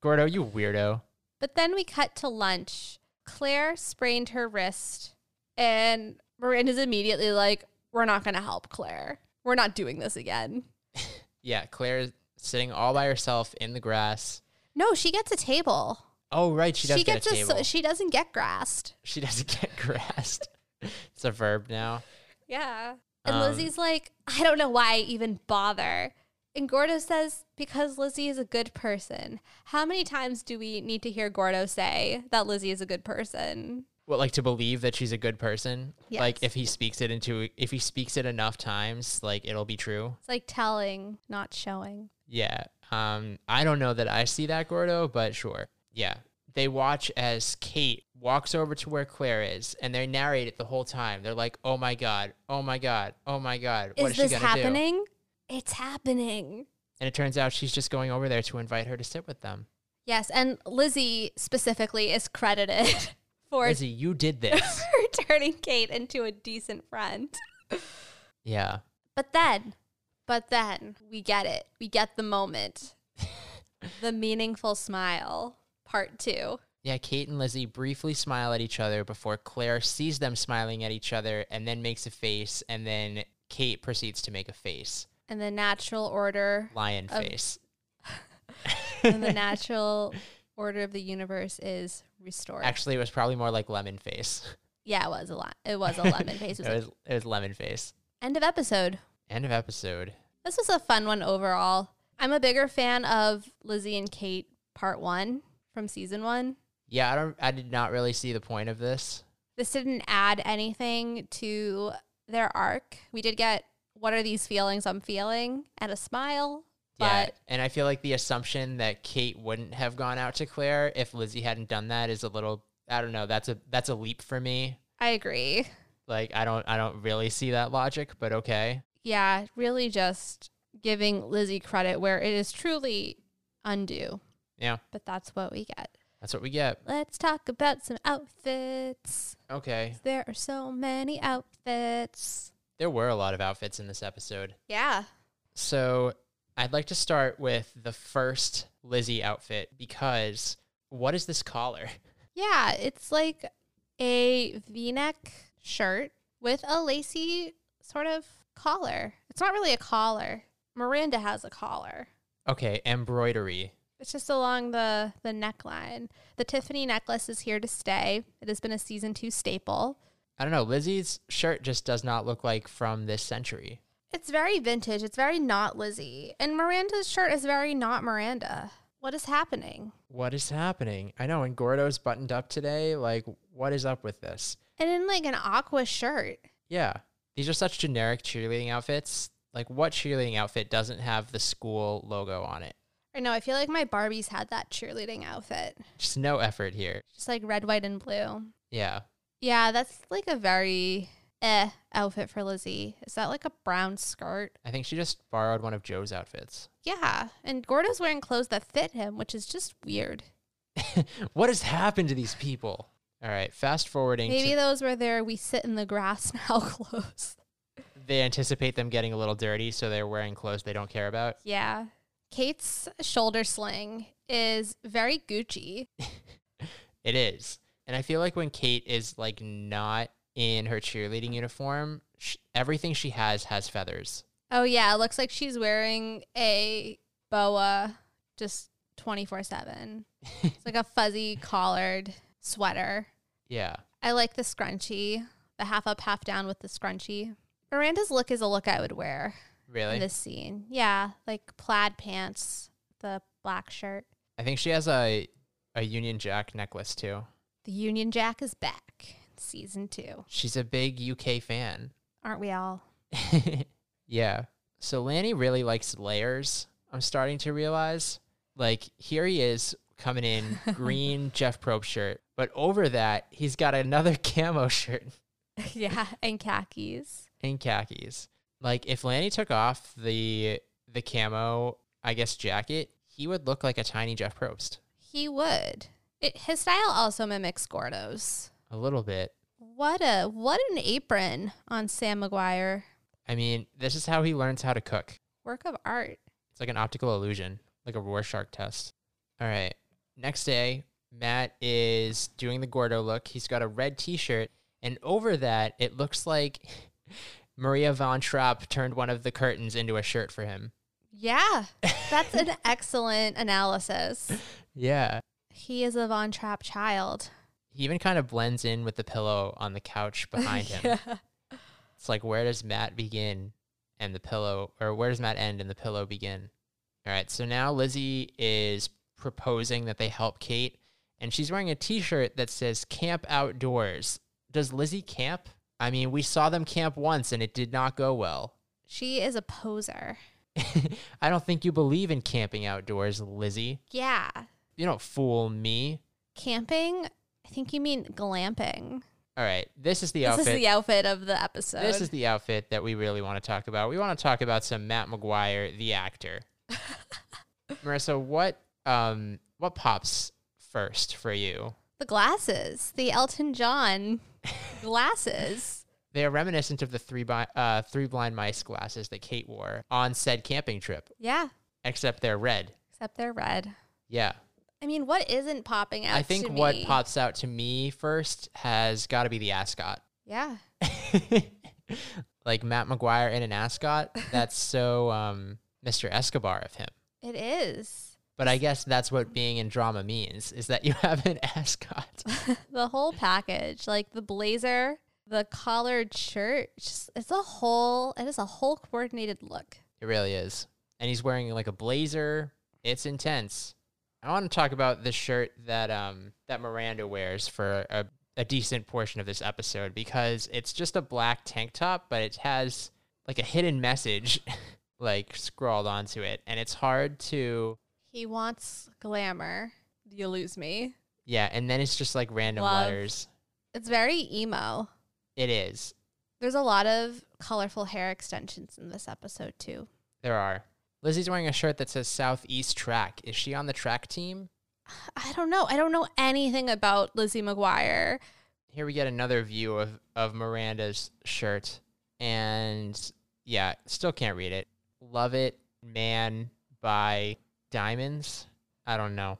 [SPEAKER 3] Gordo, you weirdo.
[SPEAKER 2] But then we cut to lunch. Claire sprained her wrist, and Miranda's immediately like, We're not going to help Claire. We're not doing this again.
[SPEAKER 3] Yeah, Claire is sitting all by herself in the grass.
[SPEAKER 2] No, she gets a table.
[SPEAKER 3] Oh, right, she does get a
[SPEAKER 2] s-
[SPEAKER 3] table. she-,
[SPEAKER 2] she doesn't get grassed.
[SPEAKER 3] doesn't [LAUGHS] get grassed. it's a verb now.
[SPEAKER 2] Yeah. And
[SPEAKER 3] Um,
[SPEAKER 2] Lizzie's like, I don't know why I even bother. And Gordo says, because Lizzie is a good person. How many times do we need to hear Gordo say that Lizzie is a good person?
[SPEAKER 3] well, like to believe that she's a good person. Like
[SPEAKER 2] Yes.
[SPEAKER 3] if he speaks it into if he speaks it enough times, like it'll be true.
[SPEAKER 2] It's like telling, not showing.
[SPEAKER 3] Yeah. Um, I don't know that I see that, Gordo, but sure. Yeah. They watch as Kate walks over to where Claire is and they narrate it the whole time. They're like, oh my God, oh my God, oh my God.
[SPEAKER 2] Is
[SPEAKER 3] what is
[SPEAKER 2] this
[SPEAKER 3] she going to do?
[SPEAKER 2] happening? It's happening.
[SPEAKER 3] And it turns out she's just going over there to invite her to sit with them.
[SPEAKER 2] Yes, and Lizzie specifically is credited [LAUGHS] for
[SPEAKER 3] Lizzie, you did this. [LAUGHS]
[SPEAKER 2] for turning Kate into a decent friend.
[SPEAKER 3] yeah.
[SPEAKER 2] But then, but then we get it. We get the
[SPEAKER 3] [LAUGHS]
[SPEAKER 2] moment. the meaningful smile, part two.
[SPEAKER 3] Yeah, Kate and Lizzie briefly smile at each other before Claire sees them smiling at each other and then makes a face. And then Kate proceeds to make a face
[SPEAKER 2] And the natural order
[SPEAKER 3] lion
[SPEAKER 2] Of-
[SPEAKER 3] face.
[SPEAKER 2] and
[SPEAKER 3] [LAUGHS]
[SPEAKER 2] the natural order of the universe is restored.
[SPEAKER 3] Actually, it was probably more like lemon face. [LAUGHS]
[SPEAKER 2] yeah, it was a lot. It was a lemon face. It was
[SPEAKER 3] it
[SPEAKER 2] like,
[SPEAKER 3] was it was lemon face.
[SPEAKER 2] end of episode.
[SPEAKER 3] End of episode.
[SPEAKER 2] This was a fun one overall. I'm a bigger fan of Lizzie and Kate part one from season one.
[SPEAKER 3] Yeah, I don't. I did not really see the point of this.
[SPEAKER 2] This didn't add anything to their arc. We did get what are these feelings I'm feeling and a smile,
[SPEAKER 3] yeah,
[SPEAKER 2] but
[SPEAKER 3] and I feel like the assumption that Kate wouldn't have gone out to Claire if Lizzie hadn't done that is a little. I don't know. That's a that's a leap for me.
[SPEAKER 2] I agree.
[SPEAKER 3] Like I don't I don't really see that logic, but okay.
[SPEAKER 2] Yeah, really just giving Lizzie credit where it is truly undue,
[SPEAKER 3] Yeah,
[SPEAKER 2] but that's what we get.
[SPEAKER 3] that's what we get.
[SPEAKER 2] Let's talk about some outfits.
[SPEAKER 3] Okay,
[SPEAKER 2] There are so many outfits.
[SPEAKER 3] there were a lot of outfits in this episode.
[SPEAKER 2] Yeah.
[SPEAKER 3] So I'd like to start with the first Lizzie outfit because what is this collar?
[SPEAKER 2] Yeah, it's like a V-neck shirt with a lacy sort of collar. It's not really a collar. Miranda has a collar.
[SPEAKER 3] Okay, embroidery.
[SPEAKER 2] It's just along the the neckline. The Tiffany necklace is here to stay. It has been a season 2 staple.
[SPEAKER 3] I don't know. Lizzie's shirt just does not look like from this century.
[SPEAKER 2] It's very vintage. It's very not Lizzie. And Miranda's shirt is very not Miranda. What is happening?
[SPEAKER 3] What is happening? I know. And Gordo's buttoned up today. Like, what is up with this?
[SPEAKER 2] And in like an aqua shirt.
[SPEAKER 3] Yeah. These are such generic cheerleading outfits. Like, what cheerleading outfit doesn't have the school logo on it?
[SPEAKER 2] I know, I feel like my Barbies had that cheerleading outfit.
[SPEAKER 3] Just no effort here.
[SPEAKER 2] Just like red, white, and blue.
[SPEAKER 3] Yeah.
[SPEAKER 2] Yeah, that's like a very eh outfit for Lizzie. Is that like a brown skirt?
[SPEAKER 3] I think she just borrowed one of Joe's outfits.
[SPEAKER 2] Yeah. And Gordo's wearing clothes that fit him, which is just weird.
[SPEAKER 3] what has happened to these people? All right. Fast forwarding.
[SPEAKER 2] Maybe
[SPEAKER 3] to-
[SPEAKER 2] those were their we sit in the grass [LAUGHS] now clothes.
[SPEAKER 3] they anticipate them getting a little dirty, so they're wearing clothes they don't care about.
[SPEAKER 2] Yeah. Kate's shoulder sling is very Gucci.
[SPEAKER 3] It is. And I feel like when Kate is like not in her cheerleading uniform, sh- everything she has has feathers.
[SPEAKER 2] Oh, yeah. It looks like she's wearing a boa just 24 7. It's like a fuzzy collared sweater.
[SPEAKER 3] Yeah.
[SPEAKER 2] I like the scrunchie, the half up, half down with the scrunchie. Miranda's look is a look I would wear
[SPEAKER 3] Really?
[SPEAKER 2] in this scene. Yeah, like plaid pants, the black shirt.
[SPEAKER 3] I think she has a a Union Jack necklace too.
[SPEAKER 2] The Union Jack is back, season two.
[SPEAKER 3] She's a big UK fan. [LAUGHS]
[SPEAKER 2] Aren't we all?
[SPEAKER 3] yeah. So Lanny really likes layers. I'm starting to realize. Like here he is coming in green Jeff Probe shirt, but over that he's got another [LAUGHS] camo shirt.
[SPEAKER 2] [LAUGHS] yeah, and khakis.
[SPEAKER 3] in khakis. Like if Lanny took off the the camo, I guess jacket, he would look like a tiny Jeff Probst
[SPEAKER 2] He would. It, his style also mimics Gordo's.
[SPEAKER 3] a little bit.
[SPEAKER 2] What a what an apron on Sam McGuire.
[SPEAKER 3] I mean, this is how he learns how to cook.
[SPEAKER 2] Work of art.
[SPEAKER 3] It's like an optical illusion, like a Rorschach test. All right. Next day, Matt is doing the Gordo look. He's got a red T-shirt, and over that, it looks like [LAUGHS] Maria von Trapp turned one of the curtains into a shirt for him.
[SPEAKER 2] Yeah, that's an excellent analysis.
[SPEAKER 3] Yeah.
[SPEAKER 2] He is a Von Trapp child.
[SPEAKER 3] He even kind of blends in with the pillow on
[SPEAKER 2] [LAUGHS]
[SPEAKER 3] the couch behind him. It's like where does Matt begin and the pillow or where does Matt end and the pillow begin? All right, so now Lizzie is proposing that they help Kate and she's wearing a T-shirt that says "Camp Outdoors." Does Lizzie camp? I mean, we saw them camp once, and it did not go well. [LAUGHS]
[SPEAKER 2] She is a poser.
[SPEAKER 3] I don't think you believe in camping outdoors, Lizzie.
[SPEAKER 2] Yeah.
[SPEAKER 3] You don't fool me.
[SPEAKER 2] Camping? I think you mean glamping.
[SPEAKER 3] All right, this is the
[SPEAKER 2] This
[SPEAKER 3] outfit.
[SPEAKER 2] is the outfit of the episode.
[SPEAKER 3] This is the outfit that we really want to talk about. We want to talk about some Matt McGuire,
[SPEAKER 2] [LAUGHS]
[SPEAKER 3] the actor. Marissa, what um what pops first for you?
[SPEAKER 2] the glasses, the Elton John [LAUGHS] glasses.
[SPEAKER 3] They are reminiscent of the three bi- uh, three blind mice glasses that Kate wore on said camping trip,
[SPEAKER 2] Yeah,
[SPEAKER 3] except they're red.
[SPEAKER 2] except they're red.
[SPEAKER 3] Yeah,
[SPEAKER 2] I mean, what isn't popping out?
[SPEAKER 3] I think
[SPEAKER 2] to
[SPEAKER 3] what
[SPEAKER 2] me?
[SPEAKER 3] pops out to me first has got to be the ascot.
[SPEAKER 2] Yeah,
[SPEAKER 3] like Matt McGuire in an ascot.
[SPEAKER 2] [LAUGHS]
[SPEAKER 3] That's so um, Mr. Escobar of him.
[SPEAKER 2] it is.
[SPEAKER 3] But I guess that's what being in drama means is that you [LAUGHS] have an ascot.
[SPEAKER 2] The whole package, like the blazer, the collared shirt, just, it's a whole. It is a whole coordinated look.
[SPEAKER 3] It really is. And he's wearing like a blazer. It's intense. I want to talk about the shirt that um that Miranda wears for a, a decent portion of this episode because it's just a black tank top, but it has like a hidden message [LAUGHS] like scrawled onto it. And it's hard to
[SPEAKER 2] He wants glamour. You lose me.
[SPEAKER 3] Yeah, and then it's just like random
[SPEAKER 2] Love.
[SPEAKER 3] letters.
[SPEAKER 2] It's very emo.
[SPEAKER 3] It is.
[SPEAKER 2] There's a lot of colorful hair extensions in this episode too.
[SPEAKER 3] There are. Lizzie's wearing a shirt that says Southeast Track. Is she on the track team?
[SPEAKER 2] I don't know. I don't know anything about Lizzie McGuire.
[SPEAKER 3] Here we get another view of, of Miranda's shirt. And yeah, still can't read it. Love it, man by diamonds. I don't know.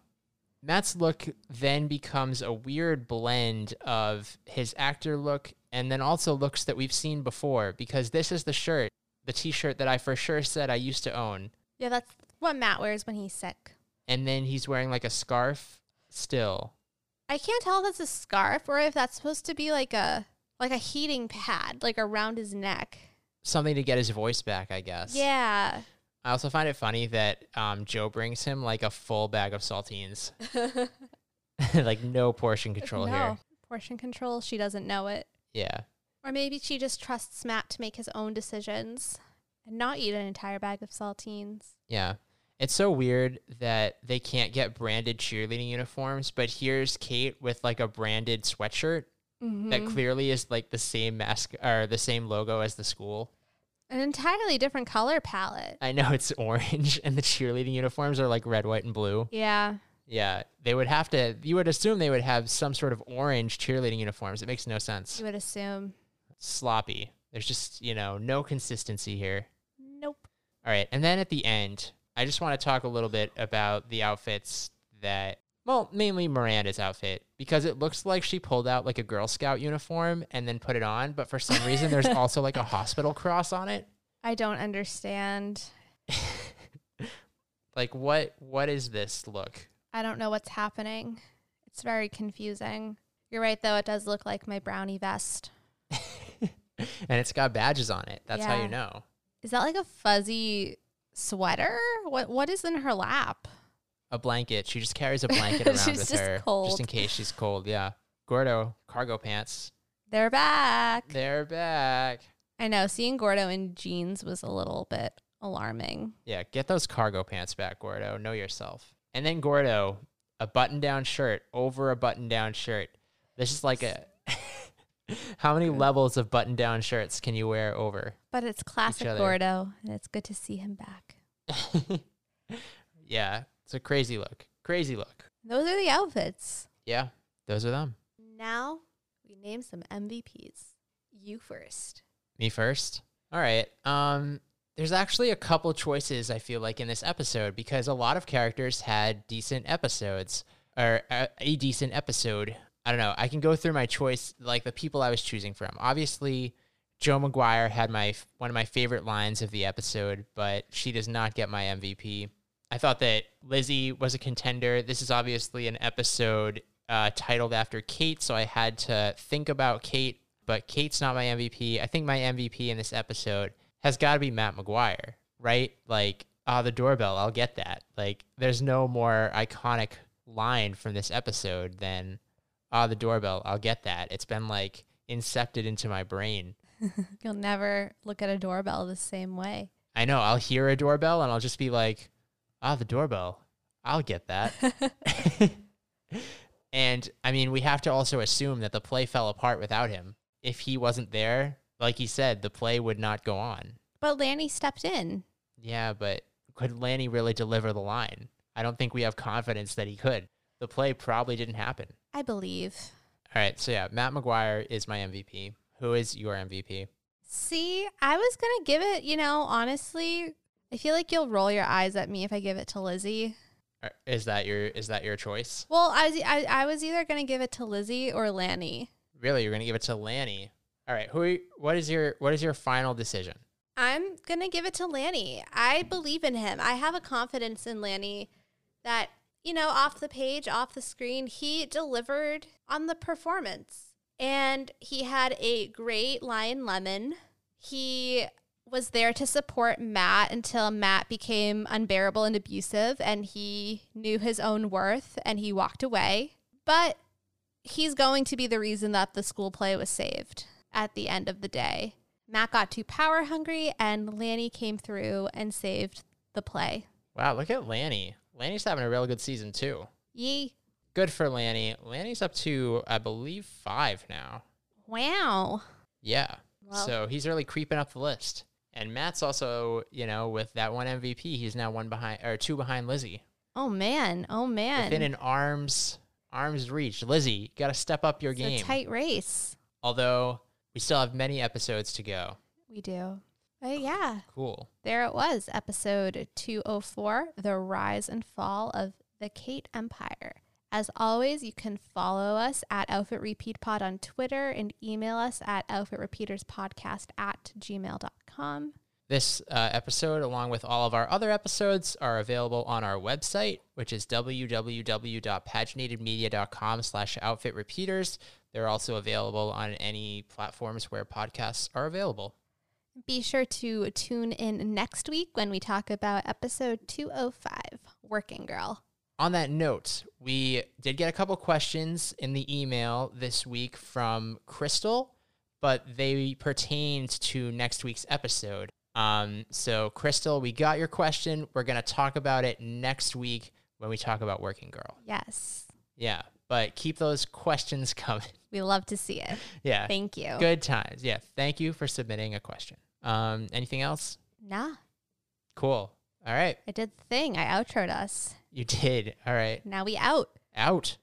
[SPEAKER 3] Matt's look then becomes a weird blend of his actor look and then also looks that we've seen before because this is the shirt, the t shirt that I for sure said I used to own.
[SPEAKER 2] Yeah, that's what Matt wears when he's sick.
[SPEAKER 3] and then he's wearing like a scarf still.
[SPEAKER 2] I can't tell if that's a scarf or if that's supposed to be like a like a heating pad, like around his neck.
[SPEAKER 3] Something to get his voice back, I guess.
[SPEAKER 2] Yeah.
[SPEAKER 3] I also find it funny that um, Joe brings him like a full bag of saltines. [LAUGHS] like no portion control
[SPEAKER 2] no.
[SPEAKER 3] here.
[SPEAKER 2] Portion control, she doesn't know it.
[SPEAKER 3] Yeah.
[SPEAKER 2] Or maybe she just trusts Matt to make his own decisions and not eat an entire bag of saltines.
[SPEAKER 3] Yeah. It's so weird that they can't get branded cheerleading uniforms, but here's Kate with like a branded sweatshirt that clearly is like the same mask or the same logo as the school.
[SPEAKER 2] An entirely different color palette.
[SPEAKER 3] I know it's [LAUGHS] orange and the cheerleading uniforms are like red, white, and blue.
[SPEAKER 2] Yeah.
[SPEAKER 3] Yeah, they would have to. You would assume they would have some sort of orange cheerleading uniforms. It makes no sense.
[SPEAKER 2] You would assume.
[SPEAKER 3] Sloppy. There's just you know no consistency here.
[SPEAKER 2] Nope.
[SPEAKER 3] All right, and then at the end, I just want to talk a little bit about the outfits that. Well, mainly Miranda's outfit because it looks like she pulled out like a Girl Scout uniform and then put it on, but for some
[SPEAKER 2] [LAUGHS]
[SPEAKER 3] reason there's also like a hospital cross on it.
[SPEAKER 2] I don't understand.
[SPEAKER 3] Like what what is this look?
[SPEAKER 2] I don't know what's happening. It's very confusing. You're right, though. It does look like my brownie vest.
[SPEAKER 3] And it's got badges on it. That's how
[SPEAKER 2] Yeah.
[SPEAKER 3] you know.
[SPEAKER 2] Is that like a fuzzy sweater? What What is in her lap?
[SPEAKER 3] a blanket. She just carries
[SPEAKER 2] [LAUGHS]
[SPEAKER 3] a blanket around
[SPEAKER 2] She's
[SPEAKER 3] with
[SPEAKER 2] just
[SPEAKER 3] her just in
[SPEAKER 2] cold.
[SPEAKER 3] case she's cold. Yeah. Gordo cargo pants.
[SPEAKER 2] They're back.
[SPEAKER 3] They're back.
[SPEAKER 2] I know. Seeing Gordo in jeans was a little bit alarming.
[SPEAKER 3] Yeah, get those cargo pants back, Gordo. Know yourself. And then Gordo, a button-down shirt over a button-down shirt. This is like a [LAUGHS] How many levels of button-down shirts can you wear over?
[SPEAKER 2] But it's classic
[SPEAKER 3] other.
[SPEAKER 2] Gordo, and it's good to see him back.
[SPEAKER 3] Yeah, it's a crazy look. Crazy look.
[SPEAKER 2] Those are the outfits.
[SPEAKER 3] Yeah, those are them.
[SPEAKER 2] Now we name some MVPs. You first.
[SPEAKER 3] Me first. All right. Um, there's actually a couple choices I feel like in this episode because a lot of characters had decent episodes or a, a decent episode. I don't know. I can go through my choice, like the people I was choosing from. Obviously, Joe McGuire had my f- one of my favorite lines of the episode, but she does not get my MVP. I thought that Lizzie was a contender. This is obviously an episode uh, titled after Kate, so I had to think about Kate, but Kate's not my MVP. I think my MVP in this episode has got to be Matt McGuire, right? Like, ah, the doorbell, I'll get that. Like, there's no more iconic line from this episode than ah the doorbell i'll get that it's been like incepted into my brain
[SPEAKER 2] You'll never look at a doorbell the same way.
[SPEAKER 3] i know i'll hear a doorbell and i'll just be like ah the doorbell i'll get that [LAUGHS] and i mean we have to also assume that the play fell apart without him if he wasn't there like he said the play would not go on
[SPEAKER 2] But Lanny stepped in.
[SPEAKER 3] Yeah, but could Lanny really deliver the line? I don't think we have confidence that he could. The play probably didn't happen.
[SPEAKER 2] I believe.
[SPEAKER 3] All right, so yeah, Matt McGuire is my MVP. Who is your MVP?
[SPEAKER 2] See, I was going to give it, you know, honestly, I feel like you'll roll your eyes at me if I give it to Lizzie.
[SPEAKER 3] Or Is that your is that your choice?
[SPEAKER 2] Well, I was, I, I was either going to give it to Lizzie or Lanny.
[SPEAKER 3] Really, you're gonna give it to Lanny? All right, who? Are you, what is your what is your final decision?
[SPEAKER 2] I'm going to give it to Lanny. I believe in him. I have a confidence in Lanny that, you know, off the page, off the screen, he delivered on the performance. And he had a great lion lemon. He was there to support Matt until Matt became unbearable and abusive and he knew his own worth and he walked away. But he's going to be the reason that the school play was saved at the end of the day. Matt got too power hungry and Lanny came through and saved the play.
[SPEAKER 3] Wow, look at Lanny. Lanny's having a real good season too.
[SPEAKER 2] Yee.
[SPEAKER 3] Good for Lanny. Lanny's up to I believe five now.
[SPEAKER 2] Wow.
[SPEAKER 3] Yeah.
[SPEAKER 2] Well-
[SPEAKER 3] so he's really creeping up the list. And Matt's also, you know, with that one MVP, he's now one behind or two behind Lizzie.
[SPEAKER 2] Oh man. Oh man.
[SPEAKER 3] Within an arms arms reach. Lizzie, you gotta step up your
[SPEAKER 2] it's
[SPEAKER 3] game.
[SPEAKER 2] a tight race.
[SPEAKER 3] Although we still have many episodes to go.
[SPEAKER 2] We do. But yeah,
[SPEAKER 3] Cool.
[SPEAKER 2] there it was, episode 204, The Rise and Fall of the Kate Empire. As always, you can follow us at Outfit Repeat Pod on Twitter and email us at outfitrepeaterspodcast at gmail.com.
[SPEAKER 3] This uh, episode, along with all of our other episodes, are available on our website, which is www.paginatedmedia.com slash outfit repeaters. They're also available on any platforms where podcasts are available.
[SPEAKER 2] Be sure to tune in next week when we talk about episode 205, Working Girl.
[SPEAKER 3] on that note, we did get a couple questions in the email this week from Crystal, but they pertained to next week's episode. Um, so, Crystal, we got your question. We're going to talk about it next week when we talk about Working Girl.
[SPEAKER 2] Yes,
[SPEAKER 3] Yeah, but keep those questions [LAUGHS] coming.
[SPEAKER 2] we love to see it.
[SPEAKER 3] yeah.
[SPEAKER 2] Thank you.
[SPEAKER 3] Good times. Yeah. Thank you for submitting a question. Um, anything else?
[SPEAKER 2] Nah,
[SPEAKER 3] Cool. All right.
[SPEAKER 2] I did the thing. I outroed us.
[SPEAKER 3] You did. All right.
[SPEAKER 2] Now we out.
[SPEAKER 3] Out.